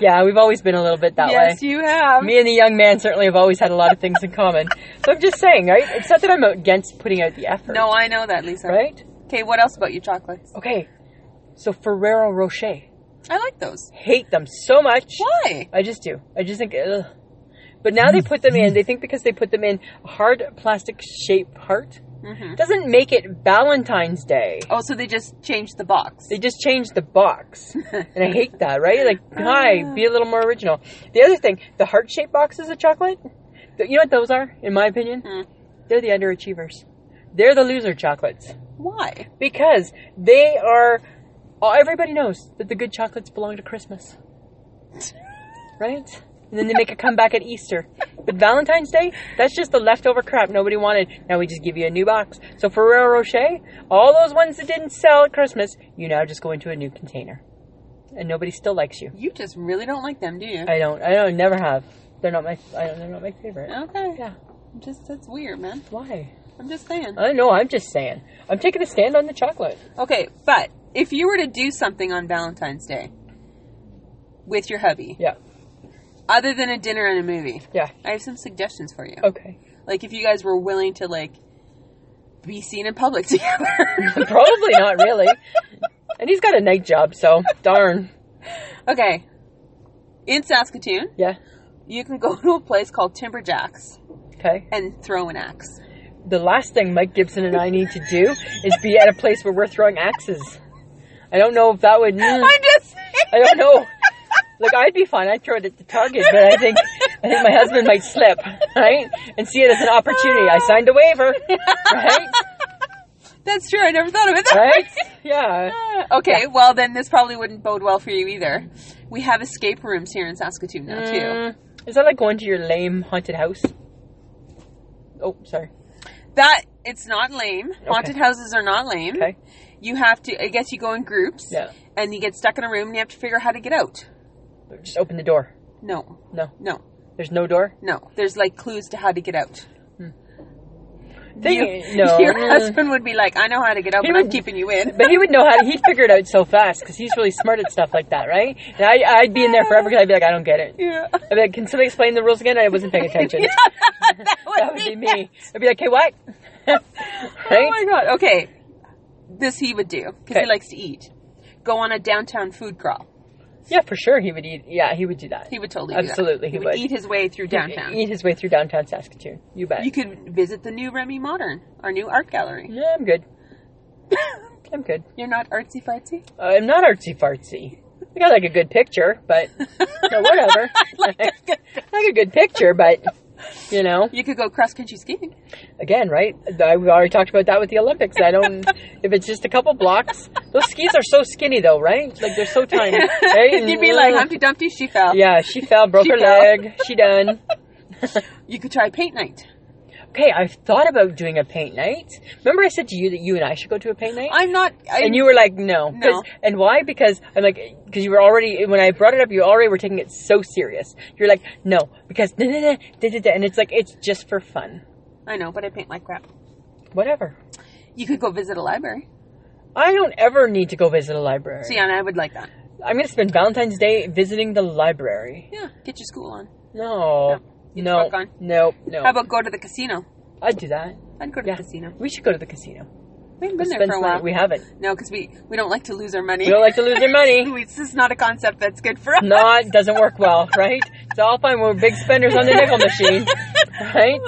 S2: Yeah, we've always been a little bit that
S1: yes,
S2: way.
S1: you have.
S2: Me and the young man certainly have always had a lot of things in common. So I'm just saying, right? It's not that I'm against putting out the effort.
S1: no, I know that, Lisa.
S2: right?
S1: Okay, what else about your chocolates?
S2: Okay. So Ferrero Rocher,
S1: I like those.
S2: hate them so much.
S1: Why?
S2: I just do. I just think. Ugh. But now they put them in. They think because they put them in a hard plastic shape heart
S1: Mm-hmm.
S2: doesn't make it Valentine's Day.
S1: Oh, so they just changed the box.
S2: They just changed the box, and I hate that. Right? Like, hi, be a little more original. The other thing, the heart shaped boxes of chocolate. th- You know what those are? In my opinion, they're the underachievers. They're the loser chocolates
S1: Why?
S2: because they are. oh, Everybody knows that the good chocolates belong to Christmas, right? And then they make a comeback at Easter. But Valentine's Day, that's just the leftover crap nobody wanted. Now we just give you a new box. So Ferrero Rocher, all those ones that didn't sell at Christmas, you now just go into a new container, and nobody still likes you.
S1: You just really don't like them, do you?
S2: I don't. I don't. Never have. They're not my. I don't. They're not my favorite.
S1: okay.
S2: Yeah.
S1: I'm Just that's weird, man.
S2: Why?
S1: I'm just saying.
S2: I don't know. I'm just saying. I'm taking a stand on the chocolate.
S1: Okay, but if you were to do something on Valentine's Day with your hubby,
S2: Yeah.
S1: other than a dinner and a movie,
S2: Yeah.
S1: I have some suggestions for you.
S2: Okay.
S1: Like if you guys were willing to like be seen in public together.
S2: Probably not really. And he's got a night job, so darn.
S1: okay. In Saskatoon,
S2: Yeah.
S1: you can go to a place called Timberjacks
S2: Okay.
S1: and throw an axe.
S2: The last thing Mike Gibson and I need to do is be at a place where we're throwing axes. I don't know if that would. mm,
S1: I'm just
S2: I don't know. Like I'd be fine. I'd throw it at the target, but I think I think my husband might slip, right? And see it as an opportunity. I signed a waiver, right?
S1: That's true. I never thought of it that
S2: Right?
S1: way.
S2: Yeah.
S1: Okay, well then this probably wouldn't bode well for you either. We have escape rooms here in Saskatoon now too.
S2: Mm, is that like going to your lame haunted house? Oh, sorry.
S1: That it's not lame. Haunted houses are not lame.
S2: Okay.
S1: You have to I guess you go in groups
S2: Yeah.
S1: and you get stuck in a room and you have to figure out how to get out.
S2: Just open the door.
S1: No.
S2: No.
S1: No.
S2: There's no door?
S1: No. There's like clues to how to get out.
S2: Thing-
S1: You-
S2: no.
S1: Your
S2: Mm.
S1: husband would be like, I know how to get out,
S2: He
S1: but I'm
S2: would-
S1: keeping you in.
S2: But he would know how to, he'd figure it out so fast because he's really smart at stuff like that, right? And I, I'd be in there forever because I'd be like, I don't get it.
S1: Yeah.
S2: I'd be like, can somebody explain the rules again? I wasn't paying attention.
S1: That would,
S2: That would be me. I'd be like, hey, what?
S1: Oh my
S2: right?
S1: god. Okay. This he would do because
S2: Okay.
S1: he likes to eat. Go on a downtown food crawl.
S2: Yeah, for sure he would eat. Yeah, he would do that.
S1: He would totally
S2: Absolutely,
S1: do that.
S2: he
S1: He would,
S2: would.
S1: eat his way through downtown.
S2: Eat his way through downtown Saskatoon. You bet.
S1: You could visit the new Remy Modern, our new art gallery.
S2: Yeah, I'm good. I'm good. Uh,
S1: You're not artsy fartsy.
S2: I'm not artsy fartsy. I got like a good picture, but no, whatever. like, a good picture, but you know,
S1: You could go cross country skiing.
S2: again, right? I, we already talked about that with the Olympics. I don't. if it's just a couple blocks, those skis are so skinny, though, right? Like they're so tiny. Right?
S1: You'd be like Humpty Dumpty. She fell.
S2: yeah, she fell, broke
S1: She
S2: her
S1: fell.
S2: leg. She done.
S1: You could try paint night.
S2: Okay, I've thought about doing a paint night. Remember, I said to you that you and I should go to a paint night.
S1: I'm not. I,
S2: and you were like, no. 'Cause-
S1: No.
S2: And why? Because I'm like, because you were already, when I brought it up, you already were taking it so serious. You're like, no, because, da, da, da, da, da, da. and it's like, it's just for fun.
S1: I know, but I paint like crap.
S2: Whatever.
S1: You could go visit a library.
S2: I don't ever need to go visit a library.
S1: See, and I would like that.
S2: I'm going to spend Valentine's Day visiting the library.
S1: Yeah, get your school on.
S2: No.
S1: You
S2: No.
S1: just walk on.
S2: No. No.
S1: How about go to the casino?
S2: I'd do that.
S1: I'd go to
S2: Yeah.
S1: the casino.
S2: We should go to the casino.
S1: We haven't been there
S2: Spend
S1: for a
S2: some
S1: while.
S2: money. We haven't.
S1: No, because we, we don't like to lose our money.
S2: We don't like to lose our money.
S1: We- It's just not a concept that's good for us.
S2: Not doesn't work well, right? It's all fine. We're big spenders on the nickel machine, right?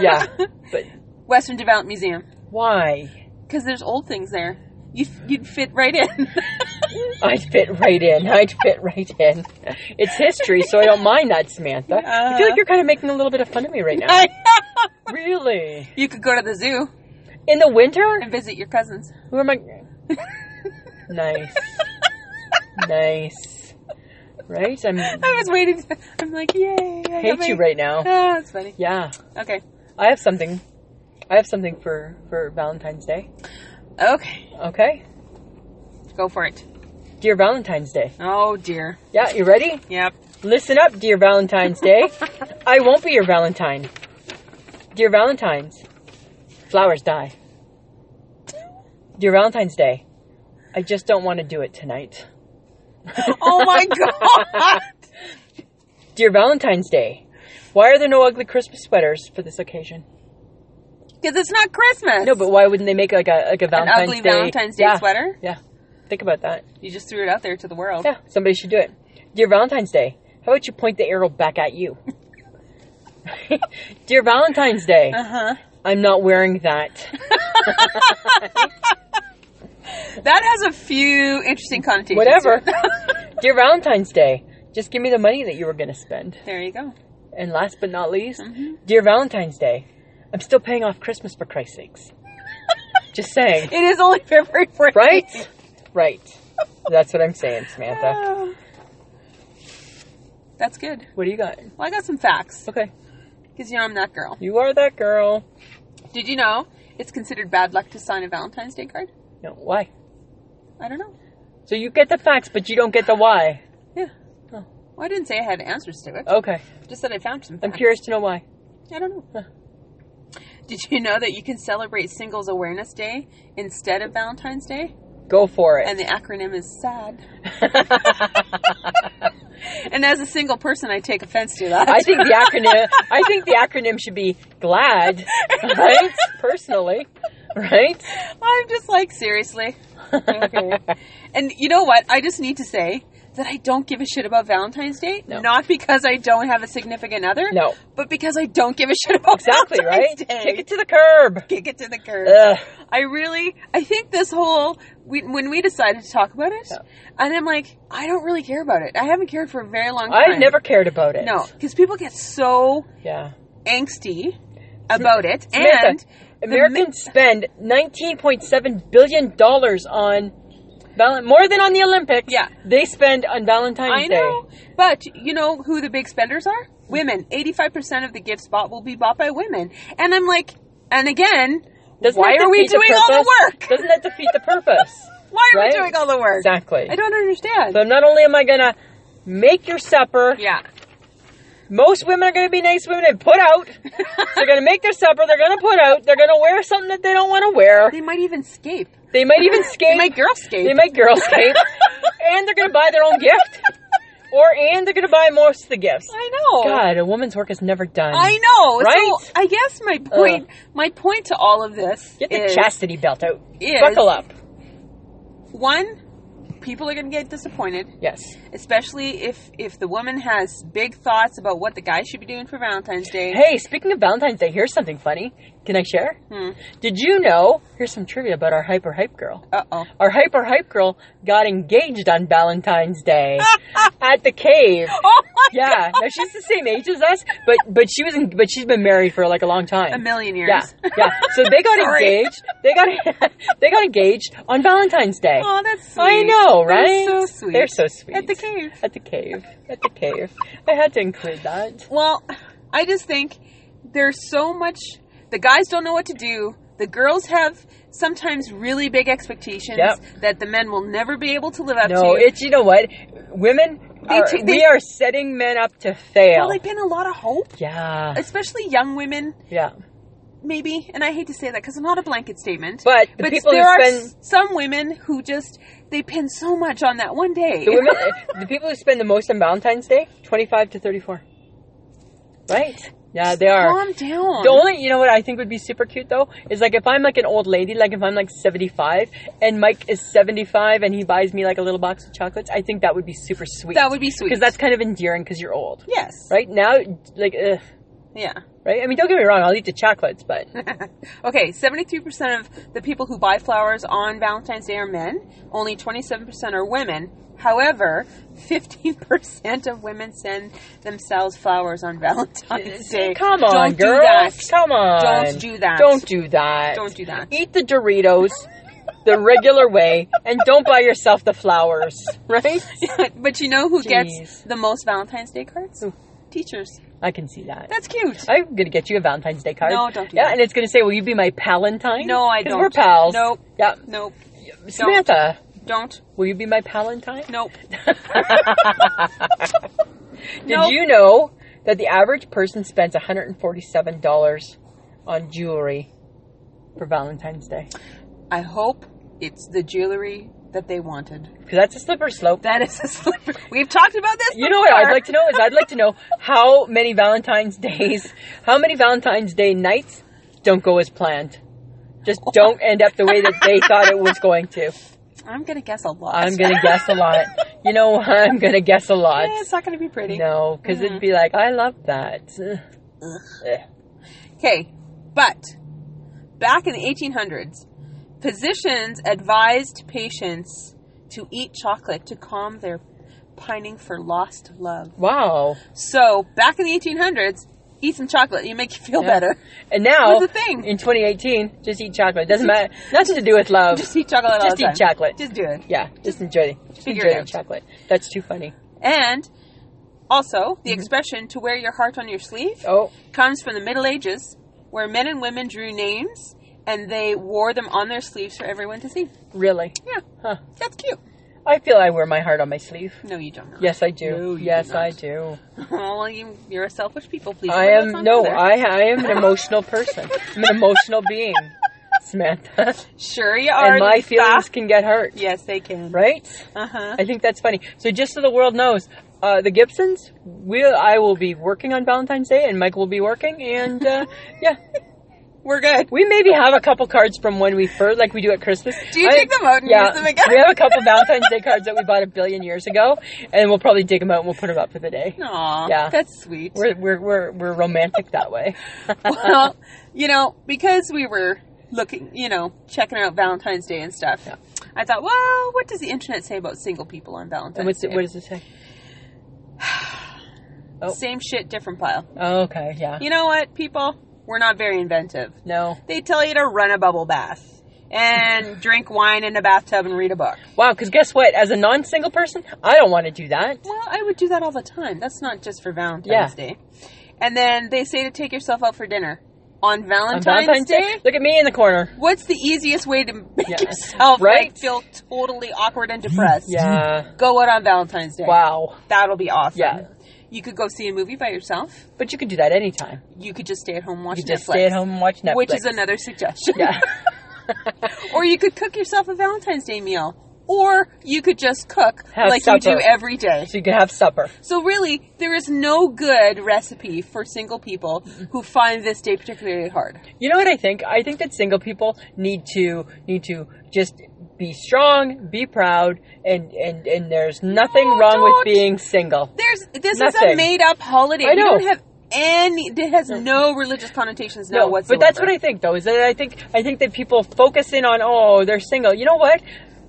S2: Yeah, but
S1: Western Development Museum.
S2: why?
S1: Because there's old things there. You'd, you'd fit right in.
S2: I'd fit right in. I'd fit right in. It's history, so I don't mind that, Samantha. I feel like you're kind of making a little bit of fun of me right now. really?
S1: you could go to the zoo
S2: In the winter?
S1: and visit your cousins.
S2: Who am I? nice. Nice. Right? I'm
S1: I was waiting. To, I'm like, yay. I
S2: hate you right now.
S1: Oh, that's funny.
S2: Yeah.
S1: Okay.
S2: I have something. I have something for for Valentine's Day.
S1: Okay.
S2: Okay.
S1: Go for it.
S2: Dear Valentine's Day.
S1: Oh, dear.
S2: Yeah, you ready?
S1: Yep.
S2: Listen up, dear Valentine's Day. I won't be your Valentine. Dear Valentine's, flowers die. Dear Valentine's Day, I just don't want to do it tonight.
S1: Oh, my God.
S2: Dear Valentine's Day, why are there no ugly Christmas sweaters for this occasion?
S1: Because it's not Christmas.
S2: No, but why wouldn't they make like a like a
S1: An
S2: Valentine's
S1: ugly
S2: Day
S1: Valentine's Day
S2: yeah,
S1: sweater?
S2: Yeah, think about that.
S1: You just threw it out there to the world.
S2: Yeah, somebody should do it. Dear Valentine's Day, how about you point the arrow back at you? Dear Valentine's Day,
S1: Uh-huh.
S2: I'm not wearing that.
S1: That has a few interesting connotations.
S2: Whatever.
S1: to it.
S2: Dear Valentine's Day, just give me the money that you were going to spend.
S1: there you go.
S2: And last but not least, Dear Valentine's Day, I'm still paying off Christmas for Christ's sakes. Just saying.
S1: It is only February 14th.
S2: Right? Right. That's what I'm saying, Samantha.
S1: Ah. That's good.
S2: What do you got?
S1: Well, I got some facts
S2: Okay.
S1: because you know I'm that girl.
S2: You are that girl.
S1: Did you know it's considered bad luck to sign a Valentine's Day card?
S2: No, why?
S1: I don't know.
S2: So you get the facts, but you don't get the why.
S1: Yeah.
S2: Oh.
S1: Well, I didn't say I had answers to it.
S2: Okay.
S1: Just that I found some.
S2: Oh. I'm
S1: facts.
S2: curious to know why.
S1: I don't know.
S2: Huh.
S1: Did you know that you can celebrate Singles Awareness Day instead of Valentine's Day?
S2: Go for it.
S1: And the acronym is SAD. And as a single person, I take offense to that.
S2: I think the acronym I think the acronym should be glad. Right? Personally. Right?
S1: I'm just like, seriously. Okay. and you know what? I just need to say that I don't give a shit about Valentine's Day.
S2: No.
S1: Not because I don't have a significant other.
S2: No.
S1: But because I don't give a shit about
S2: Exactly, right?
S1: Valentine's Day.
S2: Kick it to the curb.
S1: Kick it to the curb.
S2: Ugh.
S1: I really, I think this whole we, when we decided to talk about it,
S2: Yeah.
S1: and I'm like, I don't really care about it. I haven't cared for a very long time.
S2: I never cared about it.
S1: no, because people get so
S2: Yeah.
S1: angsty about it,
S2: Samantha,
S1: and
S2: Americans spend nineteen point seven billion dollars on val- more than on the Olympics.
S1: Yeah.
S2: They spend on Valentine's
S1: I
S2: Day.
S1: know, but you know who the big spenders are? Women. Eighty-five percent of the gifts bought will be bought by women, and I'm like, and again,
S2: Doesn't
S1: why
S2: that
S1: are we
S2: defeat
S1: doing all the
S2: purpose?
S1: work?
S2: Doesn't that defeat the purpose?
S1: Why are
S2: Right?
S1: we doing all the work?
S2: Exactly.
S1: I don't understand.
S2: So not only am I gonna make your supper,
S1: yeah,
S2: most women are gonna be nice women and put out. they're gonna make their supper. They're gonna put out. They're gonna wear something that they don't want to wear.
S1: they might even scape.
S2: They might even skate.
S1: They might girl scape.
S2: They make girls cake, and they're gonna buy their own gift, or and they're gonna buy most of the gifts.
S1: I know.
S2: God, a woman's work is never done.
S1: Oh. I know. So
S2: Right?
S1: I guess my point my point to all of this
S2: Get the
S1: is
S2: chastity belt out.
S1: is-
S2: Buckle up.
S1: one, people are gonna get disappointed,
S2: Yes.
S1: especially if if the woman has big thoughts about what the guy should be doing for Valentine's Day.
S2: Hey, speaking of Valentine's Day, here's something funny. Can I share?
S1: Hmm.
S2: Did you know? Here's some trivia about our hyper hype girl.
S1: Uh oh.
S2: Our hyper hype girl got engaged on Valentine's Day at the cave.
S1: Oh my
S2: Yeah. Now she's the same age as us, but but she was in, but she's been married for like a long time.
S1: a million years.
S2: Yeah, yeah. So they got
S1: Sorry.
S2: engaged. They got they got engaged on Valentine's Day.
S1: Oh, that's sweet.
S2: I know,
S1: They're
S2: right?
S1: so sweet.
S2: They're so sweet.
S1: At the cave.
S2: At the cave. At the cave. I had to include that.
S1: Well, I just think there's so much. The guys don't know what to do. The girls have sometimes really big expectations
S2: Yep.
S1: that the men will never be able to live up to.
S2: No, it's you know what, women.
S1: They
S2: are-
S1: ta- they-
S2: we are setting men up to fail.
S1: well, uh, they've been a lot of hope,
S2: yeah,
S1: especially young women.
S2: yeah.
S1: maybe, and I hate to say that because it's not a blanket statement.
S2: But the people who
S1: there are
S2: spend
S1: s- some women who just they pin so much on that one day.
S2: the women, the people who spend the most on Valentine's Day, twenty-five to thirty-four. Right? Yeah, they are.
S1: Calm down.
S2: The only, you know what I think would be super cute though is like if I'm like an old lady, like if I'm like 75 and Mike is 75 and he buys me like a little box of chocolates, I think that would be super sweet.
S1: that would be sweet.
S2: because that's kind of endearing because you're old,
S1: yes.
S2: right? Now, like, ugh,
S1: Yeah.
S2: right? I mean, don't get me wrong, I'll eat the chocolates, but
S1: Okay. Seventy-three percent of the people who buy flowers on Valentine's Day are men. Only twenty-seven percent are women. However, fifteen percent of women send themselves flowers on Valentine's Day.
S2: come on,
S1: Don't do
S2: girls,
S1: that.
S2: come on,
S1: Don't do that.
S2: don't do that,
S1: Don't do that.
S2: Eat the Doritos. The regular way, and don't buy yourself the flowers, right?
S1: but you know who gets
S2: Jeez.
S1: the most Valentine's Day cards?
S2: Who?
S1: Teachers.
S2: I can see that.
S1: That's cute.
S2: I'm gonna get you a Valentine's Day card.
S1: No, don't do
S2: yeah,
S1: that.
S2: and it's gonna say, "Will you be my Palentine?"
S1: No, I
S2: 'Cause
S1: don't.
S2: We're pals.
S1: Nope.
S2: Yeah,
S1: Nope.
S2: Samantha,
S1: Don't.
S2: will you be my Palentine?
S1: Nope.
S2: Did
S1: Nope.
S2: you know that the average person spends 147 dollars on jewelry for Valentine's Day?
S1: I hope it's the jewelry that they wanted.
S2: Because that's a slippery slope.
S1: That is a slipper. We've talked about this.
S2: you know what I'd
S1: before.
S2: like to know is I'd like to know how many Valentine's days, how many Valentine's Day nights don't go as planned. Just don't end up the way that they thought it was going to.
S1: I'm gonna guess a lot.
S2: I'm gonna guess a lot. You know, what? I'm gonna guess a lot.
S1: Eh, it's not gonna be pretty.
S2: No, because it'd be like, I love that. Eh, Ugh. Ugh.
S1: Okay, but back in the 1800s, physicians advised patients to eat chocolate to calm their pining for lost love.
S2: Wow.
S1: So back in the 1800s, Eat some chocolate. You make you feel
S2: Yeah.
S1: better.
S2: And now,
S1: It was a thing.
S2: in 2018, just eat chocolate. It doesn't matter. Nothing to do with love.
S1: Just eat chocolate all
S2: Just
S1: the
S2: eat
S1: time.
S2: chocolate.
S1: Just do it.
S2: yeah, just enjoy the just
S1: figure
S2: enjoy
S1: it
S2: the
S1: out.
S2: chocolate. That's too funny.
S1: And also,
S2: Mm-hmm.
S1: the expression to wear your heart on your sleeve
S2: Oh,
S1: comes from the Middle Ages, where men and women drew names and they wore them on their sleeves for everyone to see.
S2: really?
S1: Yeah,
S2: Huh.
S1: that's cute.
S2: I feel I wear my heart on my sleeve.
S1: No, you don't. Know.
S2: Yes, I do.
S1: No, you
S2: yes,
S1: do not.
S2: I do.
S1: well, you, you're a selfish people, please.
S2: I
S1: Well, that's
S2: am
S1: not
S2: no,
S1: fair.
S2: I I am an emotional person. I'm an emotional being, Samantha,
S1: Sure, you are.
S2: and my
S1: Lisa.
S2: feelings can get hurt.
S1: Yes, they can.
S2: Right?
S1: Uh huh.
S2: I think that's funny. So just so the world knows, uh, the Gibsons, will I will be working on Valentine's Day, and Mike will be working, and uh, yeah,
S1: We're good.
S2: we maybe have a couple cards from when we first, like we do at Christmas.
S1: Do you take them out and use them again?
S2: we have a couple Valentine's Day cards that we bought a billion years ago, and we'll probably dig them out and we'll put them up for the day.
S1: Aw,
S2: Yeah.
S1: that's sweet.
S2: We're we're we're, we're romantic that way.
S1: well, you know, because we were looking, you know, checking out Valentine's Day and stuff,
S2: Yeah.
S1: I thought, well, what does the internet say about single people on Valentine's
S2: And what's
S1: Day?
S2: it, what does it say? oh.
S1: Same shit, different pile.
S2: Oh, okay, yeah.
S1: You know what, people? We're not very inventive.
S2: No.
S1: They tell you to run a bubble bath and drink wine in a bathtub and read a book.
S2: Wow, because guess what? As a non-single person, I don't want to do that.
S1: Well, I would do that all the time. That's not just for Valentine's
S2: Yeah.
S1: Day. And then they say to take yourself out for dinner on
S2: On
S1: Valentine's,
S2: Valentine's
S1: Day.
S2: Day, look at me in the corner.
S1: What's the easiest way to make
S2: Yeah.
S1: yourself
S2: Right?
S1: like, feel totally awkward and depressed?
S2: Yeah.
S1: Go out on Valentine's Day.
S2: Wow.
S1: That'll be awesome.
S2: Yeah.
S1: You could go see a movie by yourself.
S2: But you could do that anytime.
S1: You could just stay at home and watch
S2: You just
S1: Netflix.
S2: stay at home and watch Netflix.
S1: Which is another suggestion.
S2: yeah.
S1: or you could cook yourself a Valentine's Day meal. Or you could just cook
S2: Have
S1: like you do
S2: supper.
S1: every day.
S2: so you could have supper.
S1: So really, there is no good recipe for single people who find this day particularly hard.
S2: You know what I think? I think that single people need to need to just be strong, be proud, and and and there's nothing
S1: No,
S2: wrong
S1: don't.
S2: with being single.
S1: There's this is a
S2: Nothing.
S1: made up holiday.
S2: I
S1: We
S2: know.
S1: don't have any. It has no religious connotations now whatsoever.
S2: but that's what I think though. Is that I think I think that people focus in on oh they're single. You know what?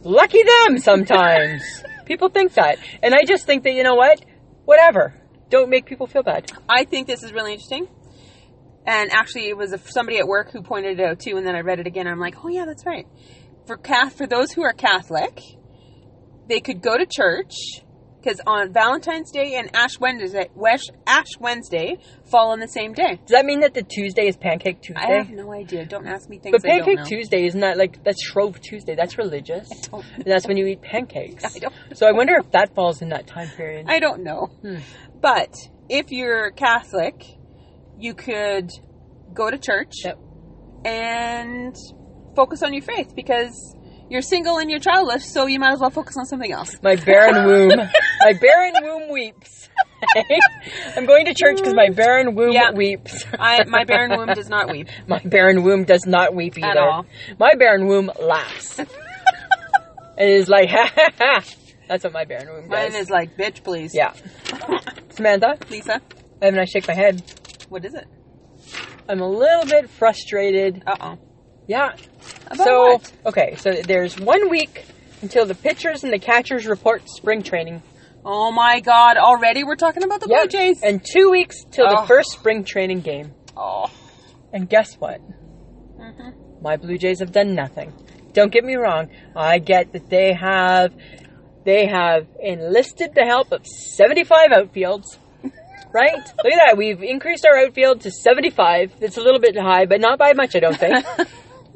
S2: Lucky them sometimes. people think that, and I just think that you know what? Whatever. Don't make people feel bad.
S1: I think this is really interesting. And actually, it was a, somebody at work who pointed it out too, and then I read it again. I'm like, oh yeah, that's right. For Cath, for those who are Catholic, they could go to church because on Valentine's Day and Ash Wednesday, Wesh, Ash Wednesday fall on the same day.
S2: Does that mean that the Tuesday is Pancake Tuesday?
S1: I have no idea. Don't ask me things.
S2: but
S1: I don't
S2: Pancake
S1: know. Oh.
S2: Tuesday isn't that like that's Shrove Tuesday? That's religious.
S1: don't
S2: And that's when you eat pancakes.
S1: I don't
S2: So I wonder if that falls in that time period.
S1: I don't know.
S2: Hmm.
S1: But if you're Catholic, you could go to church
S2: Yep.
S1: and focus on your faith because you're single and you're childless, so you might as well focus on something else.
S2: My barren womb, my barren womb weeps. I'm going to church because my barren womb
S1: Yeah.
S2: weeps.
S1: I, my barren womb does not weep.
S2: My barren womb does not weep either.
S1: all.
S2: My barren womb laughs. it is like ha ha ha. That's what my barren womb
S1: Mine
S2: does.
S1: is like, bitch, please.
S2: yeah. Samantha,
S1: Lisa,
S2: and when I shake my head,
S1: what is it?
S2: I'm a little bit frustrated.
S1: Uh oh.
S2: Yeah.
S1: About
S2: so
S1: what?
S2: okay, so there's one week until the pitchers and the catchers report spring training.
S1: Oh my god, already we're talking about the Blue Jays.
S2: And two weeks till
S1: Oh.
S2: the first spring training game.
S1: oh.
S2: And guess what? My Blue Jays have done nothing. Don't get me wrong. I get that they have they have enlisted the help of 75 outfields. Right? Look at that. We've increased our outfield to 75. It's a little bit high, but not by much, I don't think.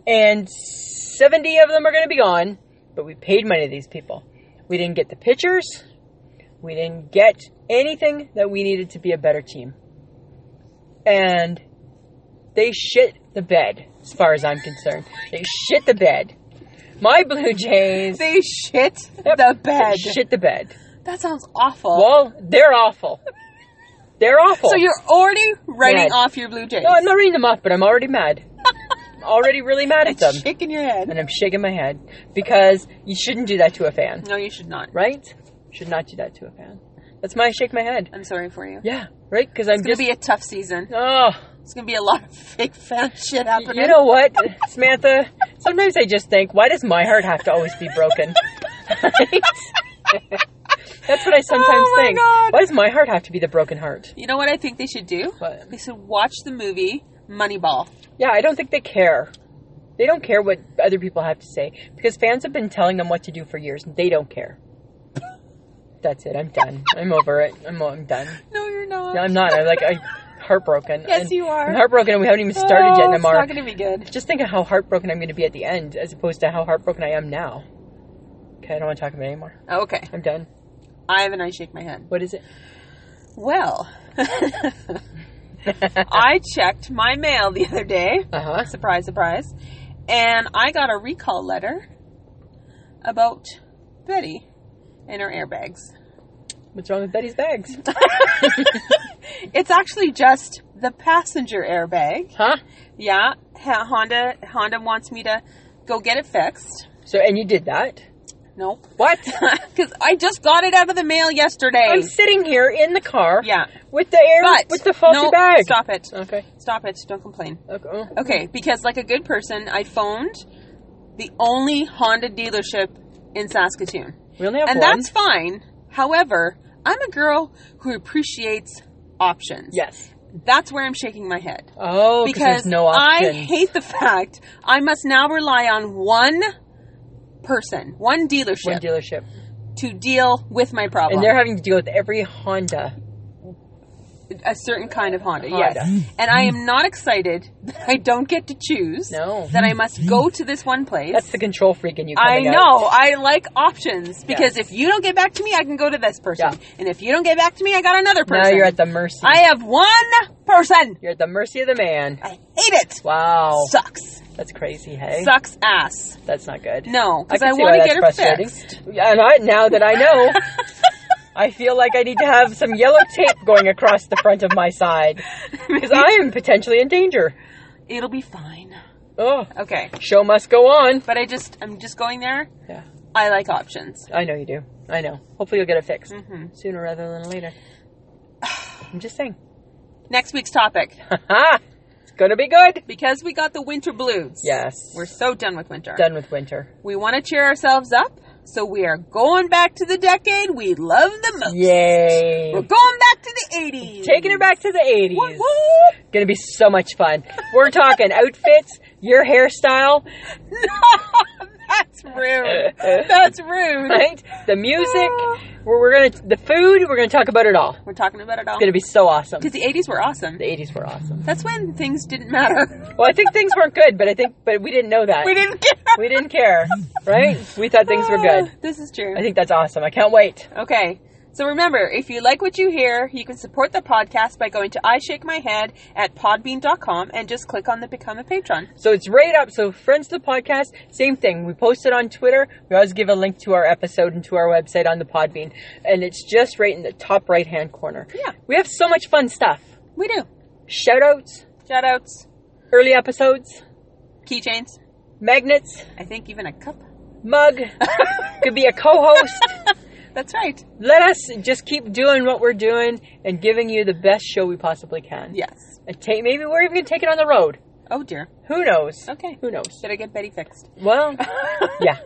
S2: and 70 of them are going to be gone, but we paid money to these people. We didn't get the pitchers. We didn't get anything that we needed to be a better team. And they shit the bed, as far as I'm concerned. They shit the bed. My Blue Jays
S1: They shit
S2: Yep.
S1: the bed.
S2: Shit the bed.
S1: That sounds awful.
S2: Well, they're awful. They're awful.
S1: so you're already writing
S2: Mad.
S1: off your Blue Jays.
S2: No, I'm not reading them off, but I'm already mad. I'm already really mad at them.
S1: shaking your head.
S2: And I'm shaking my head because you shouldn't do that to a fan,
S1: No, you should not.
S2: right? Should not do that to a fan. That's why I shake my head.
S1: I'm sorry for you.
S2: Yeah, right? Because I'm
S1: It's gonna
S2: just.
S1: be a tough season.
S2: Oh,
S1: It's gonna be a lot of fake fan shit happening.
S2: you know what, Samantha? Sometimes I just think, why does my heart have to always be broken? Right? That's what I sometimes
S1: Oh my
S2: think.
S1: God.
S2: Why does my heart have to be the broken heart?
S1: You know what I think they should do?
S2: What?
S1: They should watch the movie Moneyball.
S2: Yeah, I don't think they care. They don't care what other people have to say because fans have been telling them what to do for years. and They don't care. That's it. I'm done. I'm over it. I'm, I'm done.
S1: No, you're not.
S2: No, I'm not. I'm like I'm heartbroken.
S1: Yes,
S2: And
S1: you are.
S2: I'm heartbroken, and we haven't even started yet.
S1: Oh,
S2: And I'm
S1: It's not
S2: already-
S1: going to be good.
S2: just think of how heartbroken I'm going to be at the end, as opposed to how heartbroken I am now. Okay, I don't want to talk about it anymore.
S1: Oh, Okay.
S2: I'm done.
S1: Ivan, I shake my head.
S2: What is it?
S1: Well, I checked my mail the other day.
S2: Uh huh.
S1: Surprise, surprise. And I got a recall letter about Betty and her airbags.
S2: What's wrong with Betty's bags?
S1: It's actually just the passenger airbag.
S2: Huh?
S1: Yeah, Ha- Honda Honda wants me to go get it fixed.
S2: So, and you did that?
S1: Nope.
S2: What?
S1: Because I just got it out of the mail yesterday.
S2: I'm sitting here in the car.
S1: Yeah.
S2: With the air.
S1: but
S2: with the faulty
S1: no,
S2: bag.
S1: Stop it.
S2: Okay.
S1: Stop it. Don't complain.
S2: Okay. oh.
S1: Okay, because like a good person, I phoned the only Honda dealership in Saskatoon.
S2: We only have
S1: and
S2: one.
S1: that's fine. However, I'm a girl who appreciates options.
S2: yes.
S1: That's where I'm shaking my head.
S2: Oh,
S1: because
S2: because there's no
S1: I
S2: option.
S1: hate the fact I must now rely on one person, one dealership
S2: one dealership,
S1: to deal with my problem.
S2: and they're having to deal with every Honda.
S1: a certain kind of Honda,
S2: Honda.
S1: yes. And I am not excited that I don't get to choose.
S2: No.
S1: That I must go to this one place.
S2: That's the control freak in you.
S1: I
S2: coming out.
S1: know. I like options because if you don't get back to me, I can go to this person.
S2: Yeah.
S1: And if you don't get back to me, I got another person.
S2: Now you're at the mercy.
S1: I have one person.
S2: you're at the mercy of the man.
S1: I hate it.
S2: Wow.
S1: Sucks.
S2: That's crazy. Hey.
S1: Sucks ass.
S2: That's not good.
S1: No, because I,
S2: can see
S1: want to
S2: why that's
S1: get her
S2: frustrating.
S1: fixed.
S2: And I, now that I know, I feel like I need to have some yellow tape going across the front of my side because I am potentially in danger.
S1: It'll be fine.
S2: Oh,
S1: Okay.
S2: show must go on.
S1: But I just, I'm just going there.
S2: Yeah,
S1: I like options.
S2: I know you do. I know. Hopefully, you'll get it fixed
S1: hmm
S2: sooner rather than later. I'm just saying.
S1: Next week's topic.
S2: Ha! It's gonna be good.
S1: Because we got the winter blues.
S2: Yes,
S1: We're so done with winter.
S2: done with winter.
S1: We want to cheer ourselves up, so we are going back to the decade we love the most.
S2: Yay!
S1: We're going back to the 80s.
S2: Taking it back to the 80s.
S1: Whoop, whoop.
S2: Gonna be so much fun. We're talking outfits, your hairstyle,
S1: No, that's rude. That's rude.
S2: right? The music. We're, we're gonna the food. We're gonna talk about it all. It's
S1: We're talking about it all.
S2: gonna be so awesome.
S1: Because the 80s were awesome.
S2: The eighties were awesome.
S1: That's when things didn't matter.
S2: Well, I think things weren't good, but I think but we didn't know that.
S1: We didn't care.
S2: We didn't care, right? We thought things were good.
S1: This is true.
S2: I think that's awesome. I can't wait.
S1: Okay. So remember, if you like what you hear, you can support the podcast by going to I Shake My Head at podbean.com and just click on the Become a Patron.
S2: So it's right up. So friends of the podcast, same thing. We post it on Twitter. We always give a link to our episode and to our website on the Podbean, and it's just right in the top right hand corner.
S1: Yeah.
S2: We have so much fun stuff.
S1: We do.
S2: Shout outs,
S1: Shout outs,
S2: early episodes,
S1: keychains,
S2: magnets,
S1: I think even a cup.
S2: mug. Could be a co-host.
S1: That's right.
S2: Let us just keep doing what we're doing and giving you the best show we possibly can.
S1: Yes.
S2: And take, maybe we're even going to take it on the road.
S1: Oh dear.
S2: Who knows?
S1: Okay.
S2: Who knows?
S1: Should I get Betty fixed?
S2: Well, yeah.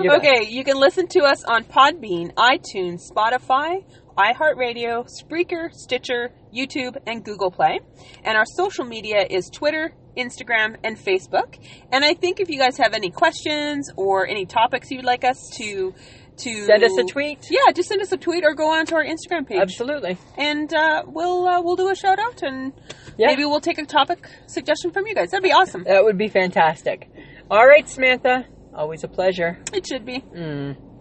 S2: You bet.
S1: okay, you can listen to us on Podbean, iTunes, Spotify, iHeartRadio, Spreaker, Stitcher, YouTube, and Google Play. And our social media is Twitter, Instagram, and Facebook. And I think if you guys have any questions or any topics you'd like us to to
S2: Send us a tweet.
S1: Yeah, just send us a tweet or go onto our Instagram page,
S2: Absolutely.
S1: and uh, we'll uh, we'll do a shout out, and
S2: Yeah.
S1: maybe we'll take a topic suggestion from you guys. That'd be awesome.
S2: That would be fantastic. All right, Samantha. Always a pleasure.
S1: It should be.
S2: Mm.